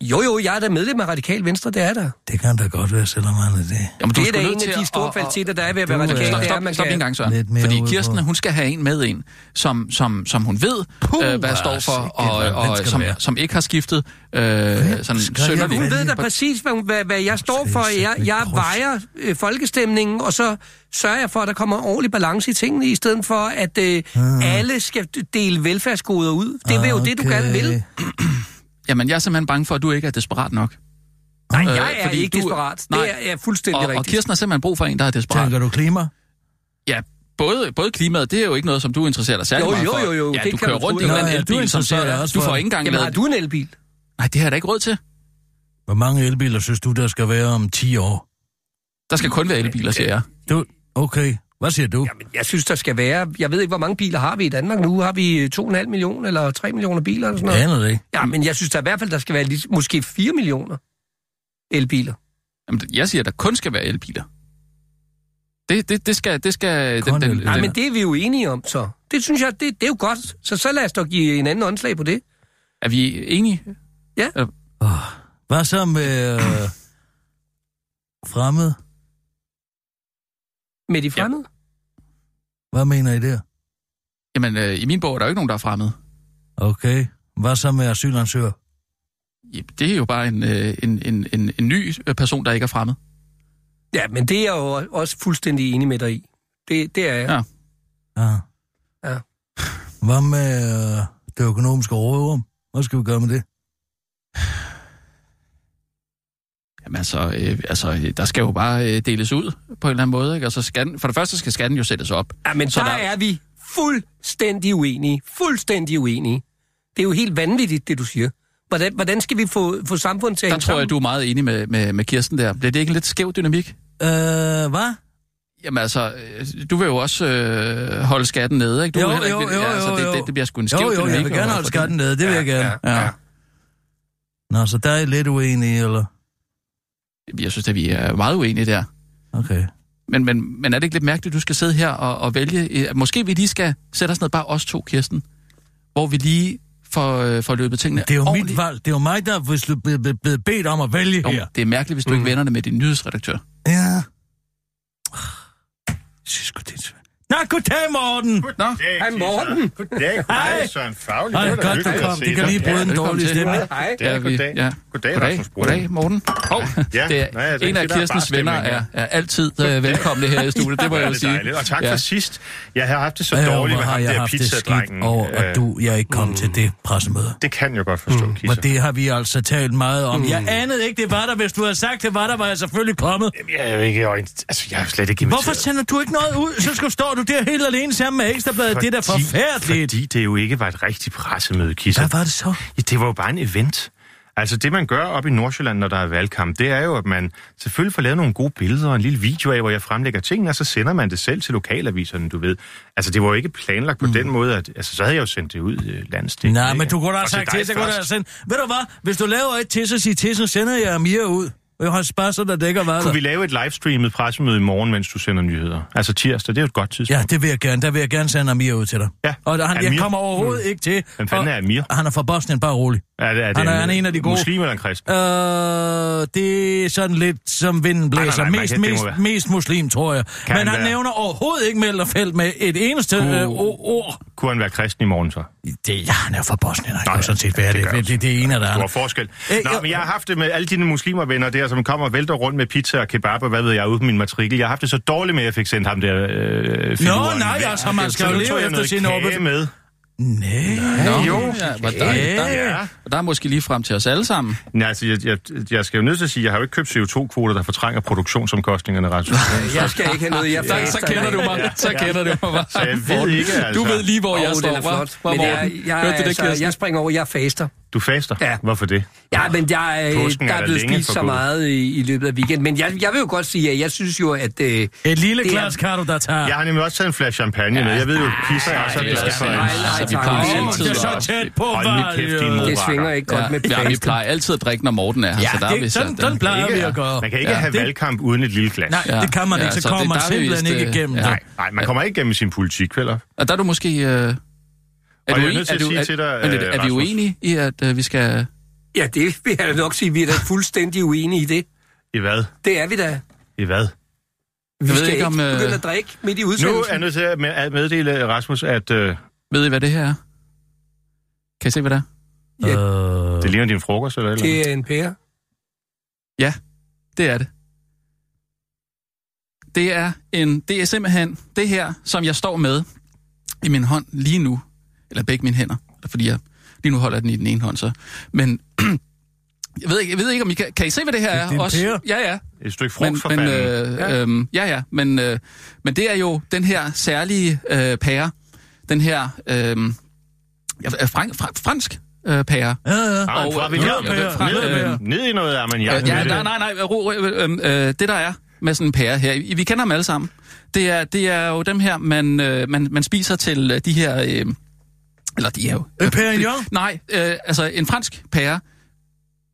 Jo, jo, jeg er da medlem af Radikal Venstre, det er der. det kan da godt være, selvom han er det. Jamen, Det er sgu da nødt en til af de at- store at- at- kvaliteter, der er ved at være Du er- radikal. Stop, det er, stop, at man stop lige en kan- gang, Søren. Lidt mere Fordi ude Kirsten, på. hun skal have en med en, som, som, som hun ved, Puh, øh, hvad hvor står for, sikkert, og, mand. Den og skal som, være. som ikke har skiftet øh, sådan skal jeg sønderligt. Hun vælge? ved da præcis, hvad, hvad, hvad jeg står for. Jeg, jeg vejer øh, folkestemningen, og så sørger jeg for, at der kommer ordentlig balance i tingene, i stedet for, at øh, alle skal dele velfærdsgoder ud. Det er jo det, du gerne Ah. vil. Jamen, jeg er simpelthen bange for, at du ikke er desperat nok. Nej, Øh, jeg er fordi ikke du- desperat. Nej. Det er, er fuldstændig Og, og rigtigt. Kirsten har simpelthen brug for en, der er desperat. Tænker du klima? Ja, både, både klimaet, det er jo ikke noget, som du interesserer dig særlig Jo, meget jo, for. jo, jo, Ja, det du kan kører du rundt i en tro. eller Nå, anden ja, du elbil, som så interesserer dig også du for får det. ikke engang Jamen, har lavet... du en elbil? Nej, det har jeg da ikke råd til. Hvor mange elbiler synes du, der skal være om 10 år? Der skal kun være elbiler, siger jeg. Du, okay. Hvad siger du? Jamen, jeg synes, der skal være... Jeg ved ikke, hvor mange biler har vi i Danmark nu. Har vi øh, 2,5 millioner eller 3 millioner biler eller sådan Jeg noget? aner det ikke. Ja, men jeg synes der i hvert fald, der skal være lige, måske 4 millioner elbiler. Jamen, jeg siger, at der kun skal være elbiler. Det, det, det skal... Det skal Kun elbiler. Nej, men det er vi jo enige om, så. Det synes jeg, det, det er jo godt. Så så lad os dog give en anden åndslag på det. Er vi enige? Hvad så med øh, fremmed? Med de fremmede. Hvad mener I der? Jamen, øh, i min bog er der jo ikke nogen, der er fremmede. Okay. Hvad så med asylansøger? Jamen, det er jo bare en, øh, en, en, en, en ny øh, person, der ikke er fremmed. Ja. ja, men det er jeg jo også fuldstændig enig med dig i. Det, det er jeg. Ja. Ja. Ja. Ja. Hvad med øh, det økonomiske rådrum? Hvad skal vi gøre med det? Jamen altså, øh, altså øh, der skal jo bare øh, deles ud på en eller anden måde, ikke? Og så skal den, for det første skal skatten jo sættes op. men Så så der, der- der er vi fuldstændig uenige. Fuldstændig uenige. Det er jo helt vanvittigt, det du siger. Hvordan, hvordan skal vi få, få samfundet til at Der hænge tror jeg, sammen? du er meget enig med, med, med Kirsten der. Bliver det ikke en lidt skæv dynamik? Øh, hvad? Jamen altså, øh, du vil jo også øh, holde skatten nede, ikke? Du Jo, vil heller ikke, jo, jo, altså, jo, det, jo. det, det bliver sgu en skæv Jo, jo, jeg dynamik vil overfor gerne holde den. skatten nede, det vil jeg gerne. Ja. ja. Nå, så der er I lidt uenige, eller? Jeg synes, at vi er meget uenige der. Okay. Men, men, men er det ikke lidt mærkeligt, at du skal sidde her og, og vælge? Eh, Måske vi lige skal sætte os ned, bare os to, Kirsten, hvor vi lige får, øh, får løbet tingene Det er jo ordentligt. mit valg. Det er jo mig, der er blevet- blevet- blevet bedt om at vælge Jo, her. Mm. det er mærkeligt, hvis du ikke vender det med din nyhedsredaktør. Ja. Jeg synes sgu, det er svært. Nå, goddag, Morten! Nå, Hej Morten. Goddag, Hej. goddag, Søren Faglig. Hej, Det var da godt, du hyggeligt at kom. se Det kan dig. lige bryde Ja, en velkommen dårlig til. stemning. Hej. Ja, goddag. Ja. Goddag, Goddag, Rasmus Bro. goddag, Morten. Hov, Ja, det er, nej, det er en af det, der er Kirstens barstemning venner her. er, er altid øh, velkomne her i studiet, det må jeg jo det sige. dejligt. Og tak ja. for sidst. Jeg har haft det så Ej, hvor dårligt med har ham jeg der haft det pizzadrengen. skidt over, Øh, Mm. at du, jeg ikke kom til det pressemøde. Det kan jeg godt forstå, Men Kisser. det har vi altså talt meget om. Jeg Mm. anede ikke, det var der. Hvis du havde sagt, det var der, var jeg selvfølgelig kommet. Jeg er jo ikke orient- Altså, jeg er jo slet ikke Hvorfor inviteret. sender du ikke noget ud? Så skal står du der helt alene sammen med Ekstrabladet. Det er da forfærdeligt. Fordi det jo ikke var et rigtigt pressemøde, Kisser. Hvad var det så? Ja, det var jo bare en event. Altså det, man gør op i Nordsjælland, når der er valgkamp, det er jo, at man selvfølgelig får lavet nogle gode billeder og en lille video af, hvor jeg fremlægger ting, og så sender man det selv til lokalaviserne, du ved. Altså det var jo ikke planlagt på mm. den måde, at altså, så havde jeg jo sendt det ud øh, landsdækkende. Nej, men ikke? du kunne da have Og sagt dig til, så kunne du have først. sendt. Ved du hvad? Hvis du laver et til, så sig til, så sender jeg Amir ud. Jeg har spasset, der dækker hvad Kunne vi der. lave et livestreamet pressemøde i morgen, mens du sender nyheder? Altså tirsdag, det er jo et godt tidspunkt. Ja, det vil jeg gerne. Der vil jeg gerne sende Amir ud til dig. Ja. Og der, han, jeg Amir? Mm. kommer overhovedet ikke til. Hvem fanden og- er Amir? Han er fra Bosnien, bare rolig. Er det, er det Han er- han er en af de gode. Muslim eller en kristen? Øh, det er sådan lidt som vinden nej, blæser. nej, man mest, kan- det må mest, være- mest muslim, tror jeg. Kan Men han han være- nævner overhovedet ikke Mellerfeldt med et eneste Uh. øh, o- ord. Kunne han være kristen i morgen så? Det, ja, han er fra Bosnien. Han kan jo sådan set være det det. gør Det, det, det er en af der stor andet. forskel. Øh, Nå, jeg- men jeg har haft det med alle dine muslimervenner der, som kommer og vælter rundt med pizza og kebab og hvad ved jeg, ude på min matrikel. Jeg har haft det så dårligt med, at jeg fik sendt ham der øh, figuren nej, væk. altså, man skal så jo nu leve tog jeg efter noget sin kage overbe- med. Nej. Nå, jo. Ja, hvor dejligt. Der, Ja. og der er måske lige frem til os alle sammen. Nej, altså, jeg, jeg, jeg skal jo nødt til at sige, at jeg har jo ikke købt CO2-kvoter, der fortrænger produktionsomkostningerne ret. så Jeg skal ikke have noget. Jeg Så, så faster kender i du dag. mig. Så kender du mig. Så jeg ved Morten, ikke, altså. Du ved lige, hvor jeg Åh, står. den er Hva? flot. Hva, Men jeg, Morten? jeg, Hørte du det, altså, Kirsten? jeg springer over, jeg faster. Du faster? Ja. Hvorfor det? Ja, men jeg, øh, Påsken der er da er blevet længe spist så forgået. meget i, i løbet af weekenden. Men jeg, jeg vil jo godt sige, at jeg synes jo, at... Øh, Et lille Det er- glas kan du da tage. Jeg Ja. har nemlig også taget en flaske champagne med. Jeg ved jo, Kisser er så det glad skal for man en... ikke. nej, Altså, vi tak. plejer Åh, altid det er at- så tæt på, Hold nu var kæft, din mor. det svinger ikke godt med Ja, vi fasten. plejer altid at drikke, når Morten er her. så der Ja, er det, vi sådan, sådan plejer vi at gøre. Man kan ikke Ja. have Det- valgkamp uden et lille glas. Nej, Ja. det kan man Ja, ikke. så Så kommer det- man der er vi simpelthen vist, ikke øh, igennem ja. det. Nej, man kommer ikke igennem sin politik, vel? Og der er du måske... Øh, er jeg er uen- nødt til at du- sige til dig, men øh, er, er vi Rasmus. uenige i, at øh, vi skal... Ja, det vil jeg nok sige. Vi er da fuldstændig uenige i det. I hvad? Det er vi da. I hvad? Vi ved skal ikke, ikke om, øh, begynde at drikke midt i Nu er udsendelsen. jeg nødt til at med- at meddele, Rasmus, at øh, Ved I, hvad det her er? Kan I se, hvad det er? Ja. Øh, det ligner din frokost eller et eller andet. Det er en pære. Det er det. Det er, en, det er simpelthen det her, som jeg står med i min hånd lige nu. Eller begge mine hænder, fordi jeg lige nu holder jeg den i den ene hånd så. Men jeg ved ikke, jeg ved ikke om I kan, kan I se, hvad det her er? det en pære? Ja, ja. Et stykke Men, frugt for men, fanden. øh, ja. Øhm, ja, ja. Men, øh, men det er jo den her særlige øh, pære. Den her øh, fransk, fransk øh, pære. Ja, ja. Ah, og- fra, vi øh, ned, ja, med, fra- ned, med, ned i noget Ja, ammoniak. ja, med det. nej, nej, nej. Ro, ro, øh, øh, det der er med sådan en pære her, I- vi kender dem alle sammen. Det er, det er jo dem her, man, øh, man, man spiser til øh, de her... Øh, eller de er jo... En Perignon? Nej, øh, altså en fransk pære,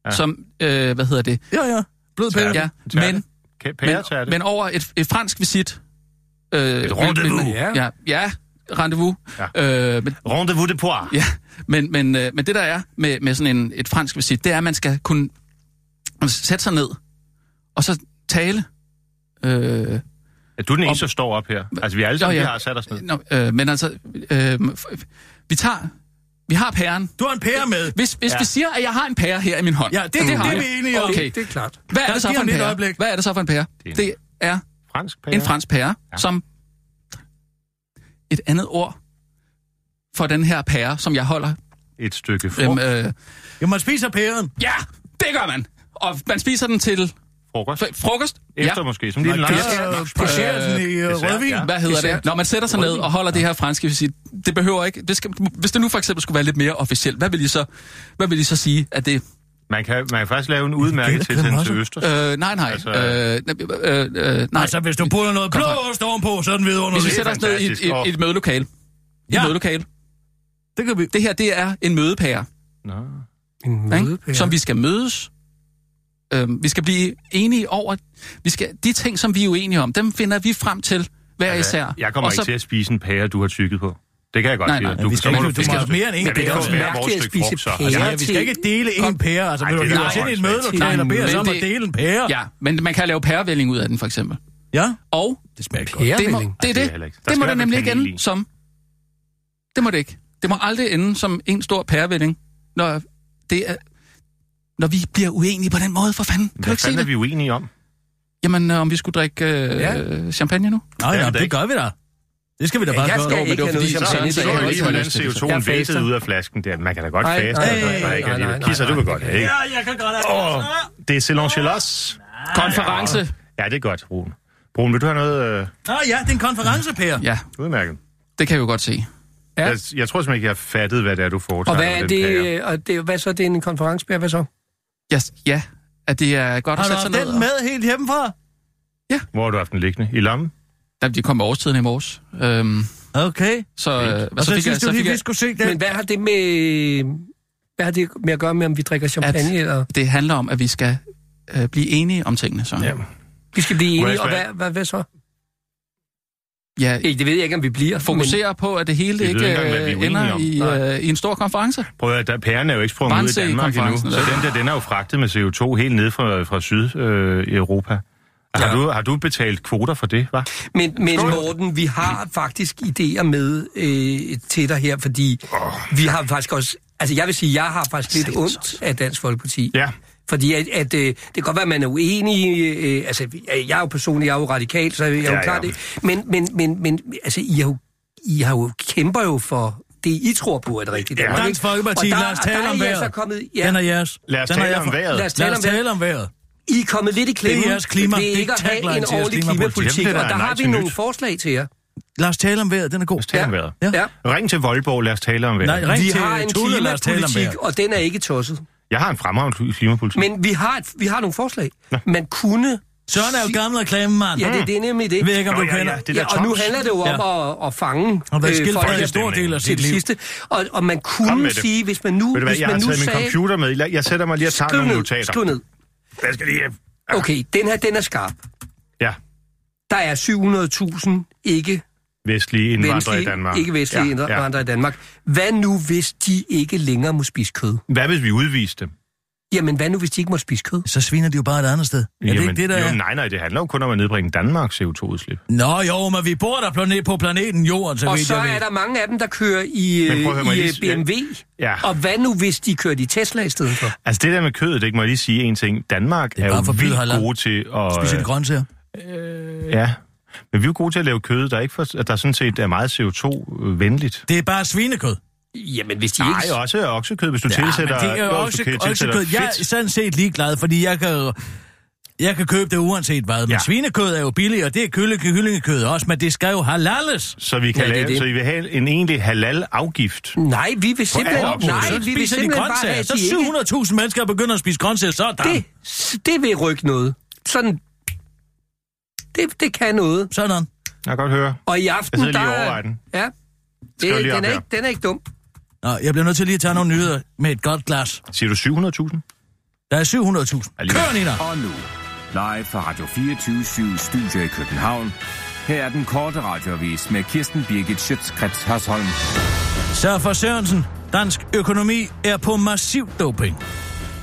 ja. som... Øh, hvad hedder det? Ja, ja. Blød pære. Ja, Tærte. men, Kan- men, Pæretærte. men over et, et fransk visit... Øh, et rendezvous. Ja, ja rendezvous. Ja. Øh, men, Rendezvous de poire. Ja, men, men, øh, men det der er med, med sådan en, et fransk visit, det er, at man skal kunne sætte sig ned og så tale. Øh, Er du den Om- eneste, der står op her? Altså, vi alle sammen Nå, vi ja. har sat os ned. nå, øh, men altså, øh, f- vi tager... Vi har pæren. Du har en pære med. Hvis, hvis ja. vi siger, at jeg har en pære her i min hånd. Ja, det- det- har det er jeg. vi enige om. Okay. Det er klart. Hvad er det så giver for en den et pære? øjeblik. Hvad er det så for en pære? Det er en- Det er Fransk pære. en fransk pære, ja. som et andet ord for den her pære, som jeg holder. Et stykke Øhm, frugt. øh, Ja, man spiser pæren. ja, det gør man. Og man spiser den til frokost. F- frokost? Efter ja. måske. Som lige en lang... Øh, Desserten i øh, Dessert, rødvin. ja. Hvad hedder det? Når man sætter sig ned og holder det her franske visit, det behøver ikke... Det skal, hvis det nu for eksempel skulle være lidt mere officielt, hvad vil I så, hvad vil I så sige, at det... Man kan, man kan faktisk lave en udmærket Gældekæden tilsætning til også? Østers. Øh, nej, nej. Altså- Altså, øh, øh, øh, øh, nej. Altså, hvis du putter noget blå Kom så. ost ovenpå, så er den vidunderlig. Hvis vi det er sætter os ned i et, fantastisk. et, et mødelokale. Ja. Ja. Et mødelokale. Det kan vi... Det her, det er en mødepære, Nå. En ikke? som vi skal mødes. Øhm, vi skal blive enige over... Vi skal, de ting, som vi er uenige om, dem finder vi frem til hver især. Altså, Jeg kommer Og så, ikke til at spise en pære, du har tykket på. Det kan jeg godt Nej, sige. nej, dig. men vi så skal må ikke- du spise- må have mere end en. Ja, Det er kan også også være mærkeligt vores at stykke spise frugt, så. pære Ja, Ja, vi skal ikke dele en pære. Altså, Ej, vil du det er hiver da os ind i et åndssvagt. mødelokale og beder os om at dele en pære? Ja, men man kan lave pærevælling ud af den, for eksempel. Ja, Og det smager godt. det, må, Pærevælling. det er det er det. heller ikke. Der Det må skal det være nemlig ikke kanel ende i. som. Det må det ikke. Det må aldrig ende som en stor pærevælling, når det er... Når vi bliver uenige på den måde, for fanden. Kan du Hvad ikke se fanden er det? vi uenige om? Jamen, øh, om vi skulle drikke øh, ja. champagne nu? Nej, Ja, nej, det er det ikke- gør vi da. Det skal vi da bare jeg gøre. skal ikke have noget fordi, Så, Sådan, champagne. så så, så, jeg så har lige, ikke hvordan lyst til det, så. CO2'en Jeg væltede faster. ud af flasken der. Man kan da godt Nej, faste. nej, og drikke, nej, og ikke nej, alligevel. nej, Kisser, du nej, vil nej, godt, nej. ikke? Ja, jeg kan godt have Åh, det er Ceylon Chelas. Konference. Ja, det er godt, Brun. Brun, vil du have noget øh, Ah, ja, det er en konference, Per. Ja, udmærket? det kan jeg jo godt se. Ja. Ja. Jeg, jeg tror simpelthen ikke, jeg har fattet, hvad det er, du Og foretager. hvad er med den det, pære. øh, og det, hvad så? Det er en konference, Per, hvad så? Ja, s- ja at det er godt Har at du sætte sig haft ned. den med helt hjemmefra? øh, Hvor har du haft den liggende? I lammen? Da de kom med årstiden i morges. Øhm, Okay. så, øh, så, Og så fik synes jeg, du så lige, fik vi jeg, skulle se Men den. hvad har det med... Hvad har det med at gøre med, om vi drikker champagne, eller... det handler om, at vi skal øh, blive enige om tingene. Så. Ja. Vi skal blive Må jeg enige, og smage? hvad, hvad, hvad så? ja, Ikke, det ved jeg ikke, om vi bliver. fokusere på, at det hele Vi ved ikke ikke engang, hvad vi er øh, uenige ender om. i, Nej. øh, i en stor konference. Prøv at høre, der, pæren er jo ikke sprunget ud i Brandse i Danmark endnu. Så konferencen, eller den der, den er jo fragtet med CO2 helt ned fra, fra Sydeuropa. Har, du, har du betalt kvoter for det, hva'? Men, men Morten, vi har faktisk idéer med øh, til dig her, fordi oh. vi har faktisk også... Altså, jeg vil sige, jeg har faktisk lidt ondt af Dansk Folkeparti. Ja. Fordi at, at, øh, det kan godt være, at man er uenig. Øh, altså, vi- øh, jeg er jo personligt, jeg er jo radikal, så jeg er jo Ja, klar ja. det. Men, men, men, men altså, I, har jo, I har jo, kæmper jo for det, I tror på er det rigtige. Danmark, Dansk ikke? Folkeparti, Og der- lad os og tale der om er I vejret. altså kommet, ja, Den er jeres. Lad os Den er tale jeg om for- vejret. Lad os Lad tale os om vejret. tale om vejret. I er kommet lidt i klemme Det er jeres klima. ved Det er ikke at have tagline en til jeres ordentlig klimapolitik. klimapolitik, og Jamen, det er da der nej har vi til nogle nyt. forslag til jer. Lad os tale om vejret, den er god. Lad os tale om vejret. Ja. Ja. Ring til Voldborg, lad os tale om Nej, vejret. ring Vi til har en Tulle, lad os tale om klimapolitik, vejret. og den er ikke tosset. Jeg har en fremragende klimapolitik. Men vi har, et, vi har nogle forslag. Man kunne... Søren er jo gammel reklamemand. Ja, det, det er nemlig det. Jeg ved ikke, om Nå, du ja, ja, kender. Mm. det er da Ja, og nu tops. handler det jo om at, at fange øh, Han har været skilt folk fra en til stor del af sit det liv. sidste. Og, og man Kom med kunne det. sige, hvis man nu, Ved du hvad, hvis jeg har man nu taget min sagde... computer med. Jeg- Jeg sætter mig lige og tager skriv nogle ned, notater. skriv ned. Jeg skal lige... Okay, den her, den er skarp. Ja, Der er 700.000 ikke vestlige indvandrere i vestlige, Danmark. ikke vestlige Ja, ja, indvandrere i Danmark. Hvad nu, hvis de ikke længere må spise kød? Ja. Hvad hvis vi udviste dem? Jamen, hvad nu, hvis de ikke må spise kød? Så sviner de jo bare et andet sted. Er det ikke det, der jo, er? nej, nej, det handler jo kun om at nedbringe Danmarks CO2-udslip. Nå jo, men vi bor der plane- på planeten Jorden, så Og vidt så jeg ved. er der mange af dem, der kører i, Men prøv at høre mig øh, i øh, lige- BMW. Ja. Og hvad nu, hvis de kørte i Tesla i stedet for? Altså det der med kødet, det må jeg lige sige en ting. Danmark er er, er jo bare forbyde vildt halal. gode til at... Spise de grøntsager. Ja, men vi er jo gode til at lave kød, der, ikke for, at der sådan set er meget CO2-venligt. Det er bare svinekød. Jamen, hvis de ikke... Nej, også oksekød, hvis du ja, tilsætter, men det er jo hvis også, du også, tilsætter kød. Jeg er fedt. sådan set ligeglad, fordi jeg kan, jeg kan købe det uanset hvad. Men ja. Ja. svinekød er jo billigt, og det er kyllinge- kyllingekød også, men det skal jo halales. Så vi kan Ja, det er lave, det. så I vil have en egentlig halal-afgift. Nej, vi vil simpelthen... alle områder. Nej, så vi vil spiser de simpelthen bare have, grøntsager. at Så de ikke... 700.000 mennesker begynder at spise grøntsager, så er der. Det, Ah. det vil rykke noget. Sådan... Det, det kan noget. Sådan. Jeg kan godt høre. Og i aften, Jeg sidder lige og der... overvejer den. Ja. jeg Det, lige den, op er her. ikke, den er ikke dum. Nå, jeg bliver nødt til lige at tage nogle nyheder med et godt glas. Siger du 700.000? Der er 700.000. Alligevel. Kør, Nina! Og nu, live fra Radio 24 7, Studio i København. Her er den korte radiovis med Kirsten Birgit Schøtzgrads Hasholm. Så for Sørensen, dansk økonomi er på massiv doping.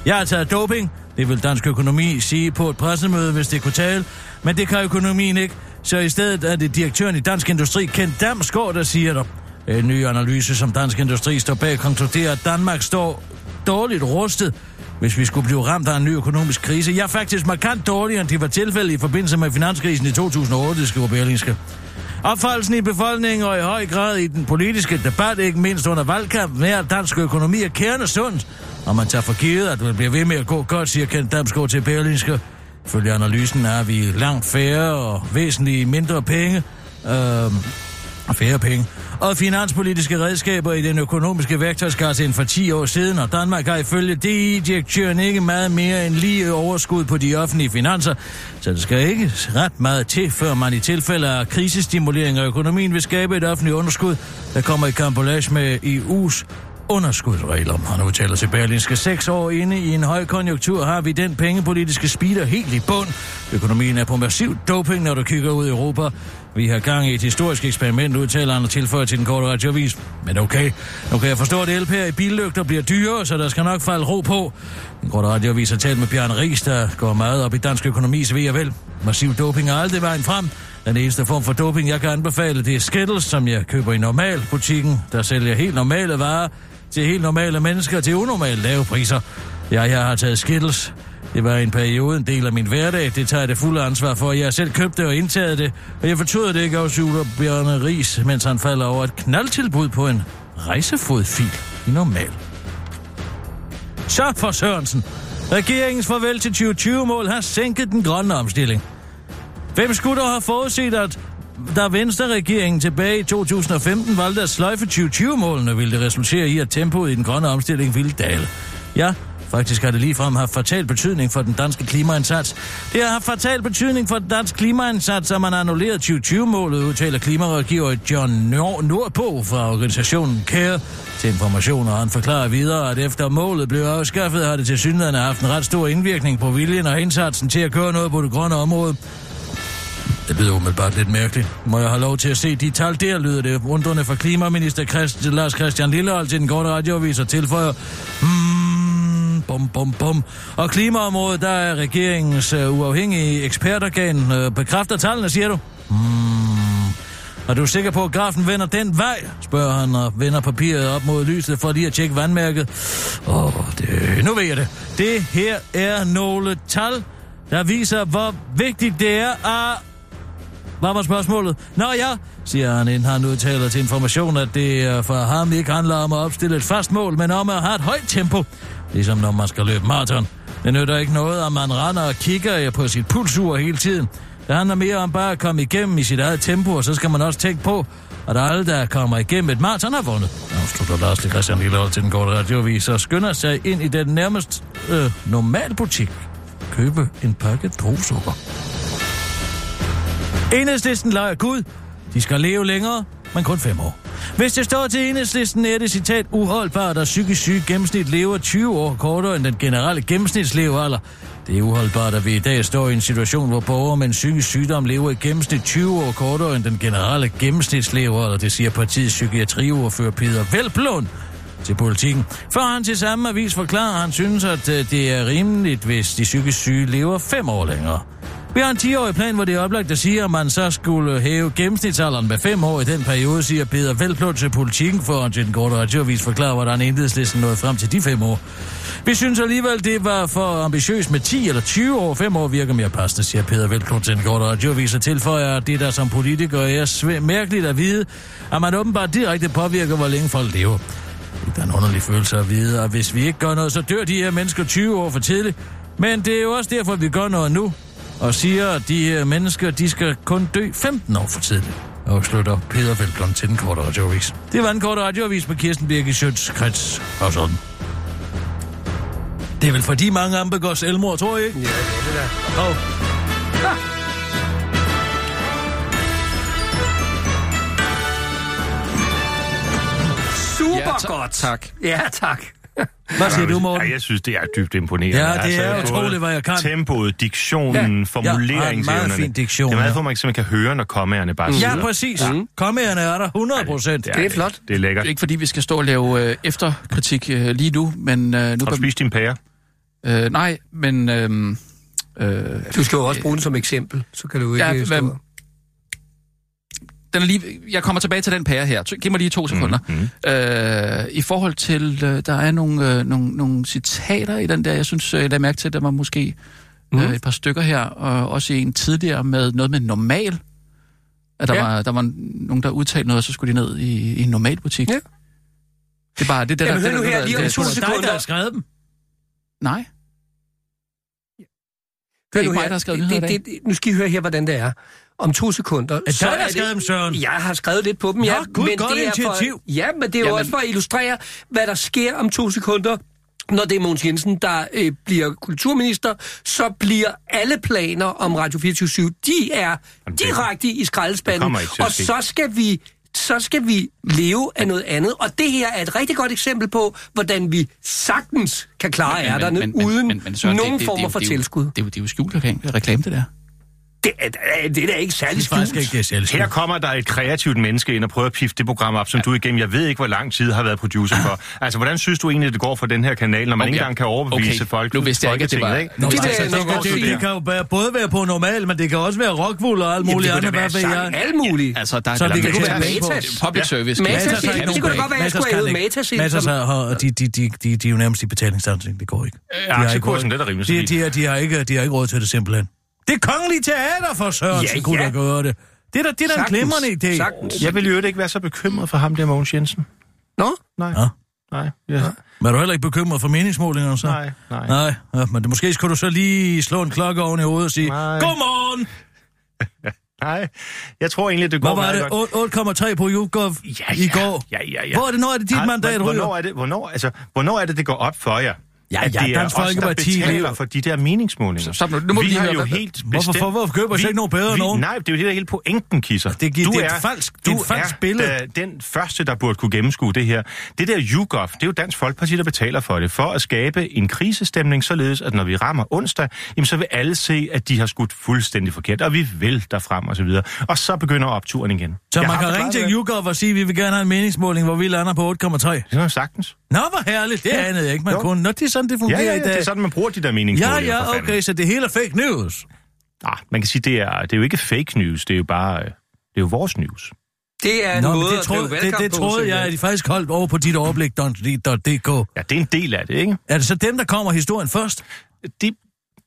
Jeg har taget doping, det vil dansk økonomi sige på et pressemøde, hvis det kunne tale, men det kan økonomien ikke, så i stedet er det direktøren i Dansk Industri, Kent Damsgaard, der siger det. En ny analyse, som Dansk Industri står bag, konkluderer, at Danmark står dårligt rustet, hvis vi skulle blive ramt af en ny økonomisk krise. Jeg er faktisk markant dårligere, end det var tilfældet i forbindelse med finanskrisen i 2008, skriver Berlingske. Opfattelsen i befolkningen og i høj grad i den politiske debat, ikke mindst under valgkampen, er, at dansk økonomi er kærende sundt, og man tager for givet, at det bliver ved med at gå godt, siger Kent Damsgaard til Berlingske. Følge analysen er vi langt færre og væsentligt mindre penge, øh, Færre penge. Og finanspolitiske redskaber i den økonomiske værktøjskasse end for 10 år siden, og Danmark har ifølge DI-direktøren ikke meget mere end lige overskud på de offentlige finanser, så det skal ikke ret meget til, før man i tilfælde af krisestimulering af økonomien vil skabe et offentligt underskud, der kommer i kampolage med E EU's underskudsregler. Han udtaler til Berlinske. Seks år inde i en høj konjunktur har vi den pengepolitiske speeder helt i bund. Økonomien er på massiv doping, når du kigger ud i Europa. Vi har gang i et historisk eksperiment, udtaler han og tilføjer til den korte radioavis. Men okay, nu kan jeg forstå, at elpærer i billygter bliver dyre, så der skal nok falde ro på. Den korte radioavis har talt med Bjørn Ries, der går meget op i dansk økonomis ved og vel. Massiv doping er aldrig vejen frem. Den eneste form for doping, jeg kan anbefale, det er Skittles, som jeg køber i normalbutikken, der sælger helt normale varer til helt normale mennesker til unormalt lave priser. Jeg, jeg har taget skittles. Det var i en periode en del af min hverdag. Det tager jeg det fulde ansvar for. Jeg har selv købt det og indtaget det, og jeg fortryder det ikke afsugler Bjørne Ries, mens han falder over et knaldtilbud på en rejsefodfil i normal. Så for Sørensen. Regeringens farvel til 2020-mål har sænket den grønne omstilling. Hvem skulle dog have forudset, at da Venstre-regeringen tilbage i 2015 valgte at sløjfe 2020-målene, ville det resultere i, at tempoet i den grønne omstilling ville dale. Ja, faktisk har det ligefrem haft fatal betydning for den danske klimaindsats. Det har haft fatal betydning for den danske klimaindsats, at man har annulleret 2020-målet, udtaler klimarådgiver John Nor- Nordpå fra organisationen CARE til information, og han forklarer videre, at efter målet blev afskaffet, har det til synligheden haft en ret stor indvirkning på viljen og indsatsen til at gøre noget på det grønne område. Det lyder umiddelbart lidt mærkeligt. Må jeg have lov til at se de tal der, lyder det undrende fra klimaminister Christ, Lars Christian Lillehold til den korte radioavis og tilføjer... Hmm, bum, bum, bum. Og klimaområdet, der er regeringens uh, uafhængige ekspertorgan, uh, bekræfter tallene, siger du? Hmm. Er du sikker på, at grafen vender den vej? spørger han og vender papiret op mod lyset for lige at tjekke vandmærket. Åh, det, nu ved jeg det. Det her er nogle tal, der viser, hvor vigtigt det er at hvad var spørgsmålet? Nå ja, siger han, inden han udtaler til information, at det øh, for ham ikke handler om at opstille et fast mål, men om at have et højt tempo. Ligesom når man skal løbe maraton. Det nytter ikke noget, at man render og kigger på sit pulsur hele tiden. Det handler mere om bare at komme igennem i sit eget tempo, og så skal man også tænke på, at alle, der kommer igennem et maraton, har vundet. Afslutter Lars til Christian Lillehold til den korte radioavis og skynder sig ind i den nærmest øh, normal butik. Købe en pakke drogsukker. Enhedslisten leger Gud. De skal leve længere, men kun fem år. Hvis det står til enhedslisten, er det citat uholdbart, at psykisk syge gennemsnit lever 20 år kortere end den generelle gennemsnitslevealder. Det er uholdbart, at vi i dag står i en situation, hvor borgere med en psykisk sygdom lever i gennemsnit 20 år kortere end den generelle gennemsnitslevealder, det siger partiets psykiatriordfører Peter Velblund til politikken. For han til samme avis forklarer, at han synes, at øh, det er rimeligt, hvis de psykisk syge lever fem år længere. Vi har en 10-årig plan, hvor det er oplagt at sige, at man så skulle hæve gennemsnitsalderen med 5 år i den periode, siger Peter Velblom til politikken for at til den korte radioavis forklare, hvordan enhedslisten nåede frem til de 5 år. Vi synes alligevel, det var for ambitiøst med 10 eller 20 år. 5 år virker mere passende, siger Peter Velblom til den korte radioavis og tilføjer, at det der som politiker er svæ- mærkeligt at vide, at man åbenbart direkte påvirker, hvor længe folk lever. Det er en underlig følelse at vide, og hvis vi ikke gør noget, så dør de her mennesker 20 år for tidligt. Men det er jo også derfor, vi gør noget nu, og siger, at de her mennesker, de skal kun dø 15 år for tidligt. Og slutter Peter Velblom til den korte radioavis. Det var en korte radioavis med Kirsten Birke Schøtz, Krets og sådan. Det er vel fordi mange af dem begår selvmord, tror jeg ikke? Ja, det er det da. Super ja, ta- godt. tak. Ja, tak. Hvad siger du, Morten? Ja, jeg synes, det er dybt imponerende. Altså, Ja, det er utroligt, både hvad jeg kan. Tempoet, diktionen, ja. formuleringsevnerne. Ja, har en meget fin diktion, Det er ja. Mm. meget for, man simpelthen kan høre, når kommerne bare sidder. Ja, præcis. Kommerne er der 100 procent. Det er flot. Det er lækkert. Ikke fordi vi skal stå og lave øh, efterkritik øh, lige nu, men... Øh, nu Har du spist din pære? øh, nej, men... Øh, øh, Du skal jo også bruge den som eksempel, så kan du ikke Ja, ja, stå... hvem- den er lige, jeg kommer tilbage til den pære her. Ty- Giv mig lige to sekunder. Mm-hmm. mm. Øh, I forhold til, øh, der er nogle, øh, nogle, nogle citater i den der, jeg synes, øh, jeg lagde mærke til, der var måske mm. øh, et par stykker her, og også en tidligere med noget med normal. At der, ja. Ja. var, der var nogen, der udtalte noget, og så skulle de ned i, i en normal butik. Ja. Det er bare det, er det der... Jamen, hør det, nu der- her, det- lige om det- 1000 Dig, der har sekunder. skrevet dem. Nej. Det er ikke nu mig, her. der har skrevet det, nyheder i det, det, Nu skal I høre her, hvordan det er. Om to sekunder... Er dig, der har skrevet dem, Søren? Jeg har skrevet lidt på dem, ja. Nå, gud, godt initiativ. For, ja, men det er jo Jamen. også for at illustrere, hvad der sker om to sekunder. Når det er Mogens Jensen, der øh, bliver kulturminister, så bliver alle planer om Radio 24 de er Jamen, det- direkte i det skraldespanden. kommer ikke til at Og ske. så skal vi så skal vi leve af noget andet. Og det her er et rigtig godt eksempel på, hvordan vi sagtens kan klare Men- men- ærterne men- men- uden men- men Søren, det- nogen det- det- former det- for det- tilskud. Det er jo- det er jo skjult reklame, reklame, det der. Det er, det er da ikke særlig Det er faktisk skjult. ikke det selv. Her kommer der et kreativt menneske ind og prøver at pifte det program op, som ja. du igennem, jeg ved ikke, hvor lang tid har været producer for. Altså, hvordan synes du egentlig, det går for den her kanal, når man Okay. ikke engang kan overbevise Okay. folk? Nu vidste jeg ikke, at det Folketinget, var- ikke? Nå, Nå, Det det, er altså, nok det, også det, det det kan jo være- både være på normal, men det kan også være rockwool og alt muligt det andet. kunne da Hvad ved være jeg? Alt muligt. Altså, der, Så der, vi kan der, tjene penge på. Public service. Matas, kan- Matas, kan- det kan- kunne da godt være, jeg Matas skulle kan have ikke. heddet Matas ind Matas som- har, har, de, de, de, de, de er jo nærmest i betalingsstandsning, det går ikke. De har ikke aktiekursen, råd- den er rimelig de, stabil. de, har- de, har ikke, de har ikke råd til det simpelthen. Det er kongelige teater for Sørensen, Ja, kunne ja. da gøre det. Det er da, det er da en Sagtens, glimrende idé. sagtens. Jeg ville jo ikke være så bekymret for ham der, Mogens Jensen. Nå? Nej. Nå. Nej. Ja. Men er du heller ikke bekymret for meningsmålingerne så? Nej, nej. Nej, ja, men det, måske skulle du så lige slå en klokke oven i hovedet og sige, Nej. Godmorgen! Nej. Jeg tror egentlig, det går Hvad var meget det? godt. Otte- 8,3 på YouGov i går? Ja, ja, ja. Hvor er det, når er det dit Nej, mandat, hvor- Hvornår ryger? er, det, hvornår, altså, hvornår er det, det går op for jer? Ja, at ja, det er Dansk os, der Folkeparti betaler lever. for de der meningsmålinger. Så- stop nu. Nu må vi vi lige har høre, jo hvad- helt bestemt... Hvorfor- hvorfor køber os ikke nogen bedre end vi, nogen? Nej, det er jo det, der er hele pointen, Kisser. Det gi- det er et falsk- det er du et falsk er, billede. da den første, der burde kunne gennemskue det her. Det der YouGov, det er jo Dansk Folkeparti, der betaler for det, for at skabe en krisestemning, således at når vi rammer onsdag, jamen, så vil alle se, at de har skudt fuldstændig forkert, og vi vælter frem og så videre. Og så begynder opturen igen. Så Jeg man har kan forklaret ringe til det. YouGov og sige, at vi vil gerne have en meningsmåling, hvor vi lander på 8,3. Det kan man sagtens. Nå, hvor herligt. Det anede jeg ikke, man Jo. kunne. Nå, det er sådan, det Ja, fungerer ja, ja, i dag. det er sådan, man bruger de der ja, meningsmålinger. for ja, fanden. okay, så det hele er fake news. Ah, man kan sige, det er, det er jo ikke fake news, det er jo bare... øh, Det er jo vores news. Det er en Nå, men måde det at drive troede, det, valgkamp det på, troede jeg, simpelthen. at de faktisk holdt over på dit overblik.dk. Ja, det er en del af det, ikke? Er det så dem, der kommer historien først? Det,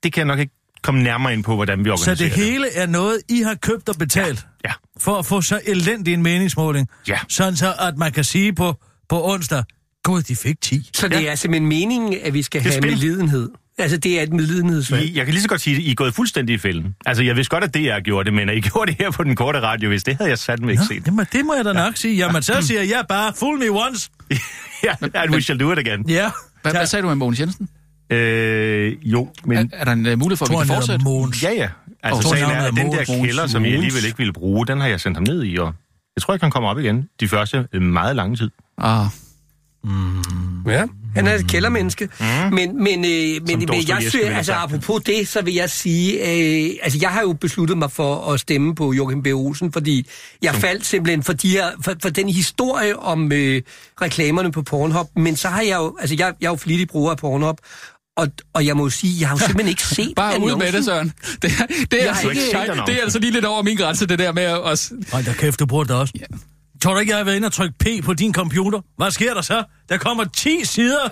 det kan jeg nok ikke komme nærmere ind på, hvordan vi Så organiserer det hele er noget, I har købt og betalt? Ja, For at få så elendig en meningsmåling? Ja. Sådan så, at man kan sige på, på onsdag, Gud, de fik 10. Så det er simpelthen meningen, at vi skal Det er have spil. medlidenhed. Altså, det er et ja. medlidenhedsvalg. I, jeg kan lige så godt sige, at I er gået fuldstændig i fælden. Altså, jeg vidste godt, at DR gjorde det, men at I gjorde det her på den korte radio, hvis det havde jeg sat mig ikke set. Det må, det må jeg da nok sige. Jamen, så siger jeg bare, fool me once. ja, and we shall do it again. Ja. Hvad, hvad sagde du med Mogens Jensen? Øh, jo, men... Er, er der en uh, mulighed for, at vi Tror kan han fortsætte? hedder Mogens. Ja, ja. Og Altså, sagen navnet er, er at den der Mogens, Mogens, kælder, som jeg Mogens. alligevel ikke ville bruge, den har jeg sendt ham ned i, og jeg tror ikke, han kommer op igen de første øh, meget lange tid. Ah, Ja. Han er et kældermenneske. Mhm. Mm. Men, men, øh, men, men jeg Dostojevskij synes, ville altså have sagt. apropos det, så vil jeg sige, øh, altså jeg har jo besluttet mig for at stemme på Joachim B. Olsen, fordi Mm. jeg faldt simpelthen for, de her, for, for den historie om øh, reklamerne på Pornhub, men så har jeg jo, altså jeg, jeg er jo flittig bruger af Pornhub, og, og jeg må jo sige, jeg har jo simpelthen ikke set bare ud med annoncen. det, Søren. Det, er- det, er, har altså, ikke set jeg, det annoncen. er altså lige lidt over min grænse, det der med os. Ej, der kæft, du bruger det også. Ja. Tror du ikke, jeg har været inde og trykke P på din computer? Hvad sker der så? Der kommer 10 sider.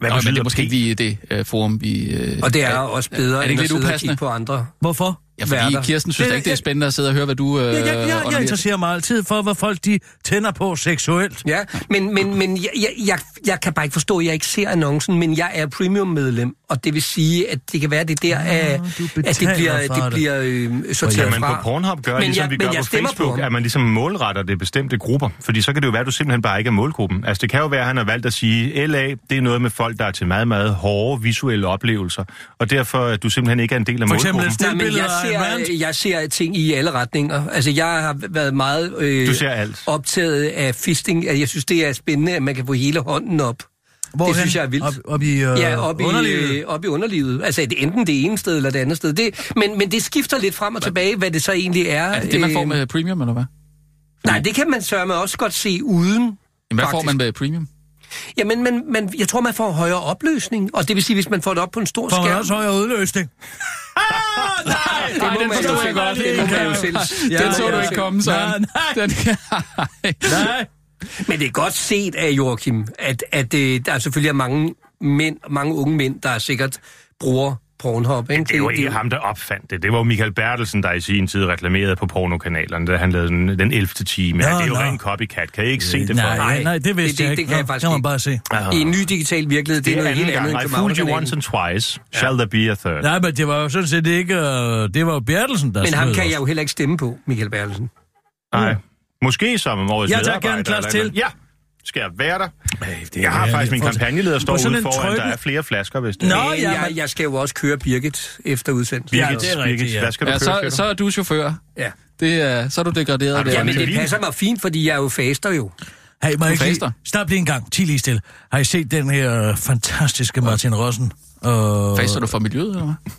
Hvad Nå, men det er betyder måske P? ikke lige det øh, forum, vi... Øh, Og det er jo også er bedre, det end ikke at lidt sidde og upassende? kigge på andre. Hvorfor? ja, fordi værter. Kirsten synes Det- det, ikke, det er spændende at sidde og høre, hvad du... Øh, Jeg, jeg, jeg, jeg onanerer. interesserer mig altid for, hvad folk de tænder på seksuelt. Ja, men, men, men jeg, jeg, jeg, jeg kan bare ikke forstå, at jeg ikke ser annoncen, men jeg er premium-medlem, og det vil sige, at det kan være, det er der, at, at det Ah, betaler bliver, for det det. bliver øh, Kan sorteret man fra. på Pornhub gøre, Men ligesom jeg- vi men gør jeg på stemmer på Facebook, ham. at man ligesom målretter det bestemte grupper? Fordi så kan det jo være, at du simpelthen bare ikke er målgruppen. Altså det kan jo være, at han har valgt at sige, LA, det er noget med folk, der er til meget, meget hårde visuelle oplevelser, og derfor at du simpelthen ikke er en del af For målgruppen. eksempel et Nej, men stillbillede jeg af Ayn Rand. ser, jeg ser ting i alle retninger. Altså, jeg har været meget øh, Du ser alt. optaget af fisting. Altså, Jeg synes, det er spændende, at man kan få hele hånden op. det synes jeg er vildt. Op, op i, øh, Ja, op i, underlivet. øh, op i underlivet. Altså, det er enten det ene sted eller det andet sted. Det, men, men det skifter lidt frem og tilbage, hvad det så egentlig er. Er det det, man får øh, med premium, eller hvad? Nej, det kan man sørme også godt se uden. Jamen, hvad får faktisk. man med premium? Jamen, man, man, jeg tror, man får højere opløsning, og det vil sige, hvis man får det op på en stor Får man skærm... også højere udløsning? ah, nej! Det må den man forstod jeg jo selv- godt. Det må man jo selv. Ja, den så ja, du ja. ikke komme, Søren. Nej, nej. Den, Nej, Men det er godt set af Joachim, at, at øh, der selvfølgelig er mange mænd, mange unge mænd, der sikkert bruger Pornhub. Ikke? Men det var ikke ham, der opfandt det. Det var jo Michael Bertelsen, der i sin tid reklamerede på pornokanalerne, da han lavede den, den 11. time. Nå, Ja, det er jo nå. ren copycat. Kan I ikke se det for Nej, mig? nej, nej, det vidste det- jeg det ikke. kan jeg Nå, faktisk kan man ikke. bare se. I en ny digital virkelighed, det, Det er noget er helt anden andet gang. end I fooled you once København. and twice. Shall there be a third? Nej, men det var jo sådan set ikke... Øh, det var jo Bertelsen, der Men ham smed kan os. jeg jo heller ikke stemme på, Michael Berlesen. Nej. Måske som årets Jeg tager medarbejder gerne Claus eller et eller til. andet. Ja, skal jeg være der? Ej, det er Jeg har jo faktisk min for- kampagneleder står På sådan ude en foran, trykken- der er flere flasker, hvis det Nå, er. Men ja, Øh, jeg, men- jeg skal jo også køre Birgit efter udsendelsen. Ja, Birgit, det er rigtigt, Birgit, ja. Hvad skal du Ja, køre, så, Peter? så er du chauffør. Ja. Det er, så er du degraderet. Har du der. en Jamen, det Vin. passer mig fint, fordi jeg er jo faster jo. Hey, må jeg ikke faster. lige... Stop lige en gang. Ti lige stille. Har I set den her øh, fantastiske Martin Rossen? Øh, Faster du for miljøet, eller hvad?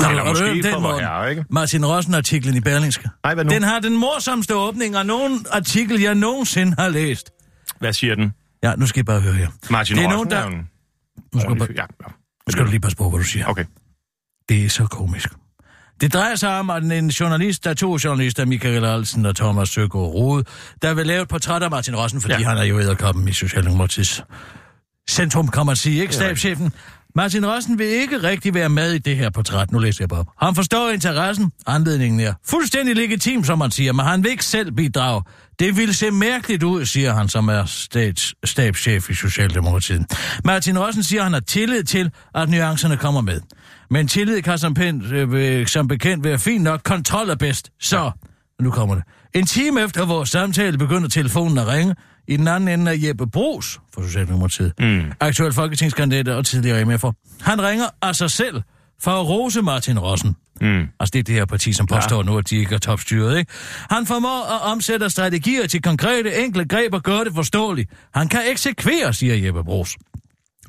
Har du- Eller har du måske hørt for vor Morten? herre, ikke? Martin Rossen-artiklen i Berlingske. Nej, hvad nu? Den har den morsomste åbning af nogen artikel, jeg nogensinde har læst. Hvad siger den? Ja, nu skal I bare høre her. Martin Det er Rossen nogen, der- er jo en Nu skal, du ordentlig bare, fyr. Ja, ja. nu skal du lige passe på, hvad du siger. Okay. Det er så komisk. Det drejer sig om, at en journalist, der er to journalister, Michael Alsen og Thomas Søgaard Rode, der vil lave et portræt af Martin Rossen, fordi ja. Ja. han er jo æderkoppen i Socialdemokratiets centrum, kan man sige, ikke stabschefen? Martin Rossen vil ikke rigtig være med i det her portræt, nu læser jeg bare op. Han forstår interessen, anledningen er fuldstændig legitim, som man siger, men han vil ikke selv bidrage. Det vil se mærkeligt ud, siger han, som er stats, stabschef i Socialdemokratiet. Martin Rossen siger, at han har tillid til, at nuancerne kommer med. Men tillid kan som, pind, øh, øh, som bekendt være fint nok. Kontrol er bedst. Så, nu kommer det. En time efter vores samtale begynder telefonen at ringe. I den anden ende er Jeppe Brugs fra Socialdemokratiet. Mm. Aktuel folketingskandidat og tidligere MF'er. Han ringer af sig selv for at rose Martin Rossen. Mm. Altså det er det her parti, som påstår ja. nu, at de ikke er topstyret, ikke? Han formår at omsætte strategier til konkrete, enkle greb og gøre det forståeligt. Han kan eksekvere, siger Jeppe Brugs.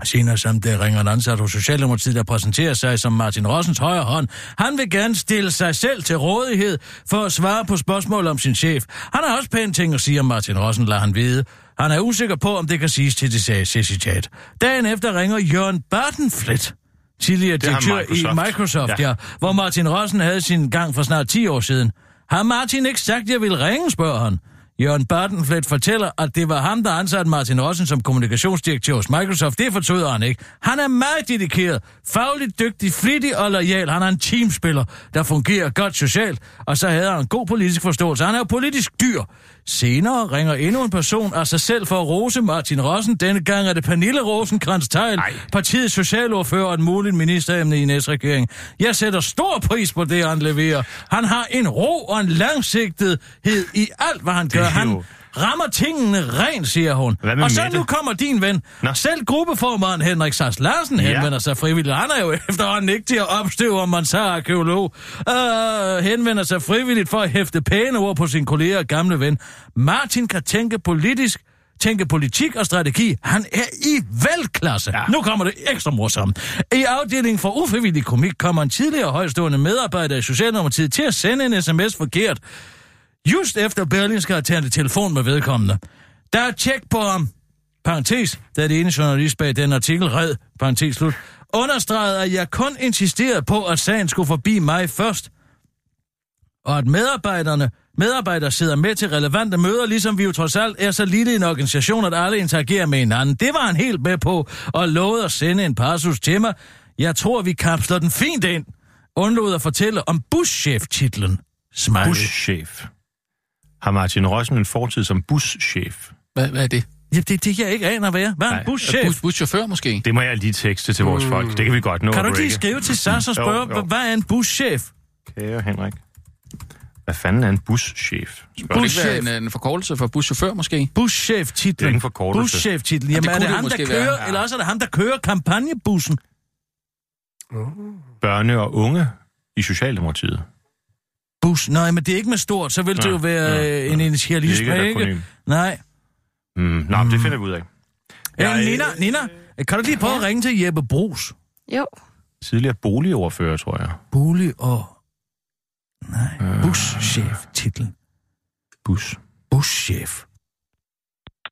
Senere samme dag ringer en ansat hos Socialdemokratiet, der præsenterer sig som Martin Rossens højre hånd. Han vil gerne stille sig selv til rådighed for at svare på spørgsmål om sin chef. Han har også pæne ting at sige om Martin Rossen, lader han vide. Han er usikker på, om det kan siges til det sag- til citat. Dagen efter ringer Jørgen Bartenflet, tidligere er ham direktør i Microsoft. Microsoft, ja. Ja. ja, hvor Martin Rossen havde sin gang for snart 10 år siden. Har Martin ikke sagt, at jeg ville ringe, spørger han. Jørgen Bartenflet fortæller, at det var ham, der ansatte Martin Rossen som kommunikationsdirektør hos Microsoft. Det fortryder han ikke. Han er meget dedikeret, fagligt dygtig, flittig og lojal. Han er en teamspiller, der fungerer godt socialt, og så havde han en god politisk forståelse. Han er jo politisk dyr. Senere ringer endnu en person af sig selv for at rose Martin Rossen. Denne gang er det Pernille Rosenkrantz-Teil, partiets socialordfører og et muligt ministeremne i næste regering. Jeg sætter stor pris på det, han leverer. Han har en ro og en langsigtethed i alt, hvad han gør. er Han jo- rammer tingene rent, siger hun. Hvad med Og så Mette? nu kommer din ven. Nå. Nå. Selv gruppeformanden Henrik Sars Larsen Ja. henvender sig frivilligt. Han er jo efterhånden ikke til at opstøve, om man så er arkeolog. Øh, henvender sig frivilligt for at hæfte pæne ord på sin kollega og gamle ven. Martin kan tænke politisk, tænke politik og strategi. Han er i velklasse. Ja. Nu kommer det ekstra morsomt. I afdelingen for ufrivillig komik kommer en tidligere højstående medarbejder i Socialdemokratiet til at sende en sms forkert. Just efter Berlingske har tændt i telefon med vedkommende. Der er tjek på ham. Parentes, da det ene journalist bag den artikel red, parentes slut, understregede, at jeg kun insisterede på, at sagen skulle forbi mig først, og at medarbejderne medarbejdere sidder med til relevante møder, ligesom vi jo trods alt er så lille en organisation, at alle interagerer med hinanden. Det var han helt med på, og lovede at sende en passus til mig. Jeg tror, vi kapsler den fint ind. Undlod at fortælle om buschef-titlen. Smiley. Buschef. Har Martin Rossen en fortid som buschef? Hvad, hvad er det? Ja, det, det jeg ikke aner, hvad jeg Hvad er en Nej. buschef? Bus, buschauffør måske? Det må jeg lige tekste til vores folk. Det kan vi godt nå. Mm. Kan du at ikke lige breake. skrive til SAS og Jo, spørge, jo. hva- hvad er en buschef? Kære Henrik. Hvad fanden er en buschef? Spørg Bus, det. det en, en forkortelse for buschauffør måske? Det er Buschef-titlen. ingen forkortelse. Buschef-titlen. Jamen, det er kunne det det ham, der måske kører, være. eller også er det ham, der kører kampagnebussen? Børne og unge i Socialdemokratiet. Bus. Nej, men det er ikke med stort, så vil det Nå, jo være nå, øh, en nå. initialisme, Det er ikke et ikke? akronym. Nej. Mm. Nå, men det finder vi ud af. Ja, Jeg- Nina, Nina, kan du lige prøve at ringe til Jeppe Brugs? Jo. Tidligere boligoverfører, tror jeg. Bolig og... Øh. Nej, buschef-titlen. Bus. Buschef.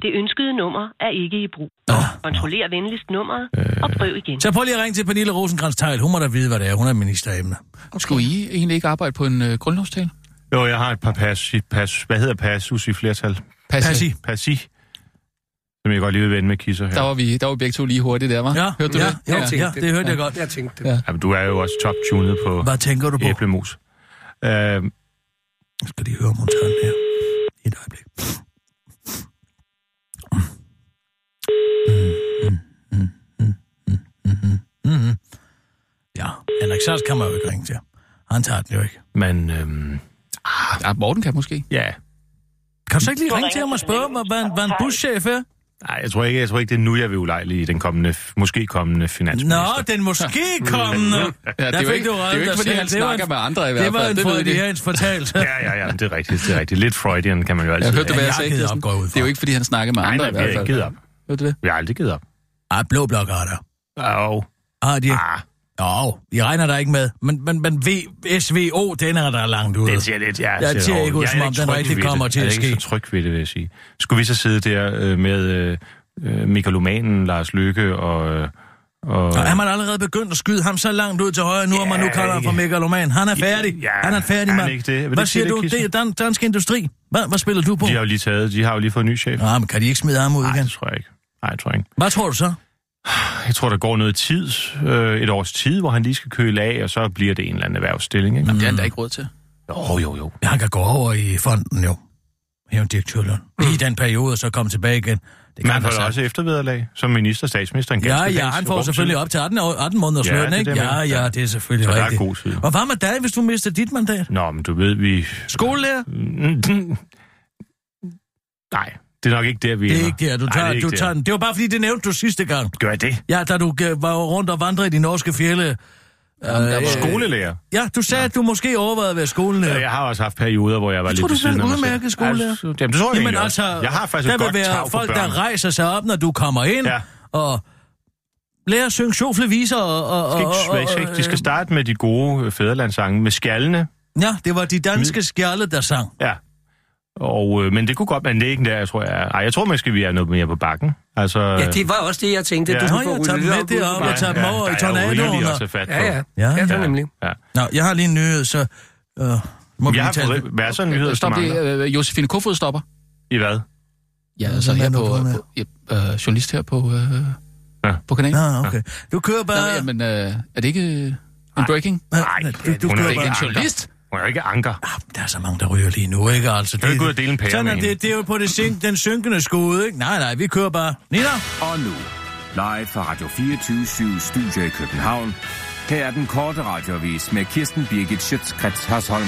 Det ønskede nummer er ikke i brug. Kontroller venligst nummeret og prøv igen. Så prøv lige at ringe til Pernille Rosenkrantz-Teil. Hun må da vide, hvad det er. Hun er ministeremne. Okay. Skulle I egentlig ikke arbejde på en øh, grundlovstale? Jo, jeg har et par pas, pas. Hvad hedder passus i flertal? Pas, Passi. Passi. som jeg godt lige vil vende med kisser her. Der var, vi, der var vi begge to lige hurtigt der, var. Ja, Hørte du ja, det? ja, ja, det hørte jeg godt. Jeg tænkte det. Ja. Jamen, du er jo også top-tunet på Hvad tænker du på? æblemos. Øh, Nu skal de høre Montan her. I et øjeblik. Ja, Henrik Sars kan man jo ikke ringe til. Han tager den jo ikke. men øh, Ja, ah, Morten kan måske. ja, Kan du så ikke lige ringe til ham og spørge, mig, hvad, en- hvad en buschef er? Nej, jeg tror ikke, jeg tror ikke, det er nu, jeg vil ulejlige i den kommende, måske kommende finansminister. Nå, den måske kommende. Ja, det er Der jo fik ikke, du det ret, er jo ikke der fordi siger- han det var snakker en- med andre i hvert Det fald. var en det ved vi. freudiansk fortalelse. Ja, ja, ja, men det er rigtigt, det er rigtigt. Lidt Freudian kan man jo altid Jeg hørte, du, have. hvad Ja, jeg sagde, jeg gider op, Kirsten? går jeg ud fra. Det er jo ikke, fordi han snakker med Nej, andre nej, i vi har hvert ikke fald. givet op. Hørte du det? Vi har aldrig givet op. Ah. Ej, Ah, blå blok har der. Au. Har de? Ah, Jo, de regner der ikke med. Men, men, men v, SVO, den er der langt ude. den ser lidt... Ja, Jeg ser ikke ud, Jeg er som om den tryg rigtig ved det. kommer til Jeg er at ikke ske. så tryg ved det, vil jeg sige. Skulle vi så sidde der øh, med øh, øh, Michaelomanen, Lars Lykke og... øh, og Og er man allerede begyndt at skyde ham så langt ud til højre nu, at man nu kalder ham for ja. megaloman? Han er færdig. Ja, han er en er færdig han mand. ikke det? Vil Hvad det sige siger det, du? Kirsten? Det er dan- dansk industri. Hvad, hvad spiller du på? de har jo lige taget... De har jo lige fået en ny chef. Ah, men kan de ikke smide ham ud Nej, igen? det tror jeg ikke. Nej, det tror jeg ikke. Hvad tror du så? Jeg tror, der går noget tid, øh, et års tid, hvor han lige skal køle af, og så bliver det en eller anden erhvervsstilling, ikke? Det har han da ikke råd til. Jo, jo, jo. Ja, han kan gå over i fonden jo. Hæve en direktørløn. Lige i den periode, og så komme tilbage igen. Det Mm. Men han får da da sagtens. også eftervederlag som minister og statsminister. En Altså- Ja, ganske ja, pæn han rum får tid. selvfølgelig op til 18, år, 18 måneders Ja, det løn, er ikke? det, jeg Ja, mener. ja, det er selvfølgelig Så der er rigtigt. god side. Og hvad med dig, hvis du mister dit mandat? Nå, men du ved, vi... Mm, Skolelærer? Nej, det er nok ikke der, vi Det er ender. ikke der, du Nej, tager, det er du ikke tager der. den. Det var bare fordi, det nævnte du sidste gang. Gør jeg det? Ja, da du øh, var rundt og vandrede i de norske fjelle. Øh, der var Skolelærer. Ja, du sagde, at du måske overvejede at være skolelærer. Ja. Jeg har også haft perioder, hvor jeg var Jeg lidt tror, du ved siden er af mig udmærket selv. skolelærer. Altså, Jamen, det tror jeg Jamen egentlig altså, også. Jeg har faktisk der et vil godt være tag for folk, børn. der rejser sig op, når du kommer ind, Ja. og lærer at synge sjofleviser og... og, og, Skal og, ikke svæse, og- ikke? De skal starte med de gode øh, fædrelandssange, med skallene. Ja, det var de danske skjolde, der sang. Ja. Og, øh, men det kunne godt være, men det er ikke der, jeg tror, jeg... Ej, jeg tror måske, vi er noget mere på bakken. Altså, Ja, det var også det, jeg tænkte. Ja. Du Nå, skulle jeg få tager ryddet dem med op ud. deroppe, jeg tager dem Ja, over i der er jo rigeligt tornadoen. også at tage fat Ja, på. ja. Ah, Ja. Ja, det er nemlig. Ja. Nå, jeg har lige en nyhed, så... Øh, må vi Jeg lige har tale? fået masser af nyheder, som Stop det. mangler. øh, Josefine Kofod stopper. I hvad? Ja, altså hvem er her nu, på... du er med? på ja, øh, journalist her på... Øh, Ja. på kanalen. Nå, okay. Du kører Nå, bare... jamen, øh, er det ikke øh, en breaking? Det Nej, Ej, du, du hun er kører er ikke bare... en journalist. Hun er jo ikke anker. Der er så mange, der ryger lige nu, ikke? Altså, Kan vi gå ud og dele en pære sådan med er hende? det, det er jo på det syn- den synkende skude, ikke? Nej, nej, vi kører bare. Nina? Og nu, live fra Radio 24 Studio i København. Her er den korte radiovis med Kirsten Birgit Schøtzgrads Hasholm.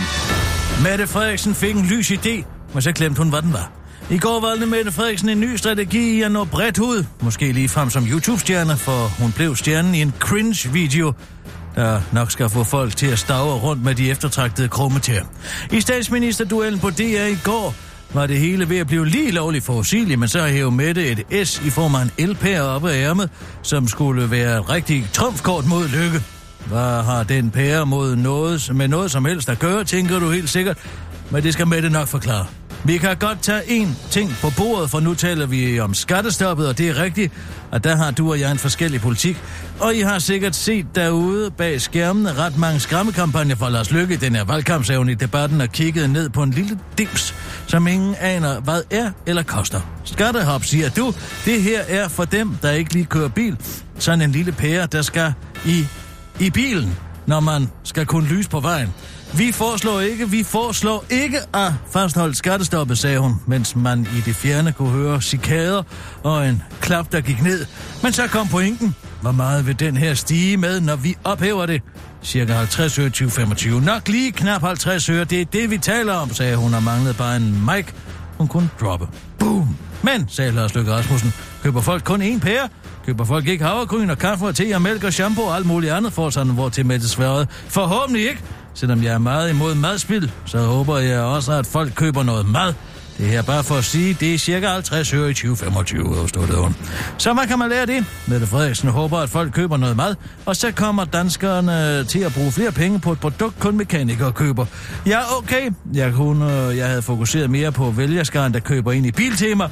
Mette Frederiksen fik en lys idé, men så glemte hun, hvad den var. I går valgte Mette Frederiksen en ny strategi i at nå bredt ud. Måske lige frem som YouTube-stjerne, for hun blev stjernen i en cringe-video, der nok skal få folk til at stave rundt med de eftertragtede krummetæer. I statsministerduellen på DR i går var det hele ved at blive lige lovligt forudsigeligt, men så hævde Mette et S i form af en LP'er op af ærmet, som skulle være et rigtig trumfkort mod lykke. Hvad har den pære mod noget, med noget som helst at gøre, tænker du helt sikkert. Men det skal Mette nok forklare. Vi kan godt tage én ting på bordet, for nu taler vi om skattestoppet, og det er rigtigt, at der har du og jeg en forskellig politik. Og I har sikkert set derude bag skærmene ret mange skræmmekampagner fra Lars Lykke i den her valgkamp, sagde hun i debatten og kiggede ned på en lille dims, som ingen aner, hvad er eller koster. Skattehop, siger du, det her er for dem, der ikke lige kører bil. Sådan en lille pære, der skal i i bilen, når man skal kunne lyse på vejen. Vi foreslår ikke, vi foreslår ikke at fastholde skattestoppet, sagde hun, mens man i det fjerne kunne høre cikader og en klap, der gik ned. Men så kom pointen. Hvor meget vil den her stige med, når vi ophæver det? Cirka 50 øre i 2025. Nok lige knap 50 øre, det er det, vi taler om, sagde hun og manglede bare en mic. Hun kunne droppe. Boom! Men, sagde Lars Løkke Rasmussen, køber folk kun én pære? Køber folk ikke havregryn og kaffe og te og mælk og shampoo og alt muligt andet for sådan, hvor til Mette sværede? Forhåbentlig ikke. Selvom jeg er meget imod madspil, så håber jeg også, at folk køber noget mad. Det her er bare for at sige, det er cirka 50 øre i 2025, afstod det hun. Så hvad kan man lære af det? Mette Frederiksen håber, at folk køber noget mad, og så kommer danskerne til at bruge flere penge på et produkt, kun mekanikere køber. Ja, okay. Jeg, kunne, øh, jeg havde fokuseret mere på vælgerskaren, der køber ind i biltema,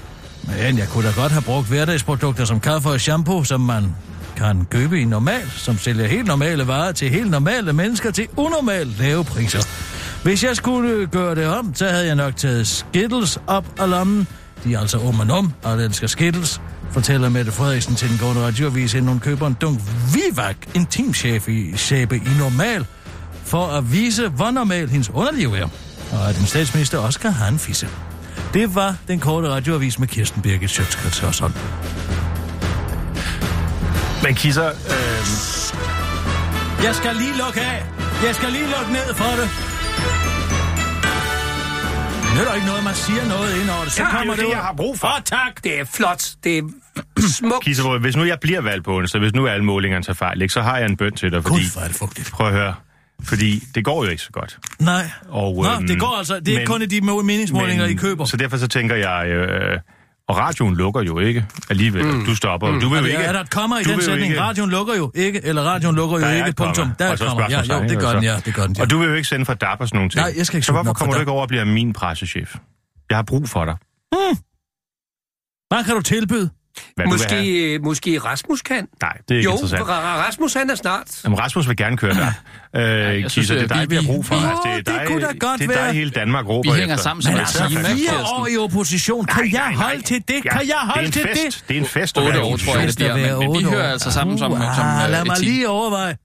men jeg kunne da godt have brugt hverdagsprodukter som kaffe og shampoo, som man kan købe i normal, som sælger helt normale varer til helt normale mennesker til unormalt lave priser. Hvis jeg skulle gøre det om, så havde jeg nok taget Skittles op af lommen. De er altså um og um, og den skal Skittles. fortæller Mette Frederiksen til den korte radioavis, inden hun køber en dunk Vivac, intimchef i sæbe i normal, for at vise, hvor normal hendes underliv er, og at en statsminister også kan have en fisse. Det var den korte radioavis med Kirsten Birgit Sjøtskrets Hørsholm. Men kisser, øh, Jeg skal lige lukke af. Jeg skal lige lukke ned for det. Det er der ikke noget, man siger noget ind over det. Så det er kommer jo det, det, ud. jeg har brug for. Åh, tak. Det er flot. Det er smukt. Kisser, hvis nu jeg bliver valgt på onsdag, hvis nu alle målingerne tager fejl, ikke, så har jeg en bøn til dig, fordi... Gud, hvor er det fugtigt. Prøv at høre. Fordi det går jo ikke så godt. Nej. Og, Nå, øhm, det går altså. Det er men- men, kun i de meningsmålinger, I køber. Så derfor så tænker jeg... Øh, og radioen lukker jo ikke alligevel. Mm. Du stopper. Mm. Du vil jo Og ikke... Ja, der kommer i du den vil jo sætning. ikke- Radioen lukker jo ikke, eller radioen lukker Der jo er ikke, et komma, punktum. Der er og et så kommer. Ja, spørgsmål, jo, ikke? det gør Og den, så- ja, det gør den. Ja. Og du vil jo ikke sende for DAP og sådan nogle ting. Nej, jeg skal ikke Så slutte hvorfor op for kommer du DAP? ikke over og bliver min pressechef? Jeg har brug for dig. Hvad kan du tilbyde? Hvad du vil have. Måske, øh, måske Rasmus kan. Nej, det er ikke jo, interessant. Ra- Ra- Rasmus han er snart. Jamen, Rasmus vil gerne køre dig. Øh, jeg ja, synes, Kisser, det er øh, dig, vi, vi- har brug for. vi- det, er Åh, det kunne da godt det er være. dig, hele Danmark råber Vi hænger efter. sammen som Men et altså, team, ikke, fire Kirsten? år i opposition. Kan jeg holde til det? Kan jeg holde det til er en det? fest. Det er en fest. at Otte være i år, tror jeg, opposition. det bliver. Men, men vi hører altså sammen som, Uh, som ah, øh, lad et mig team. lige overveje.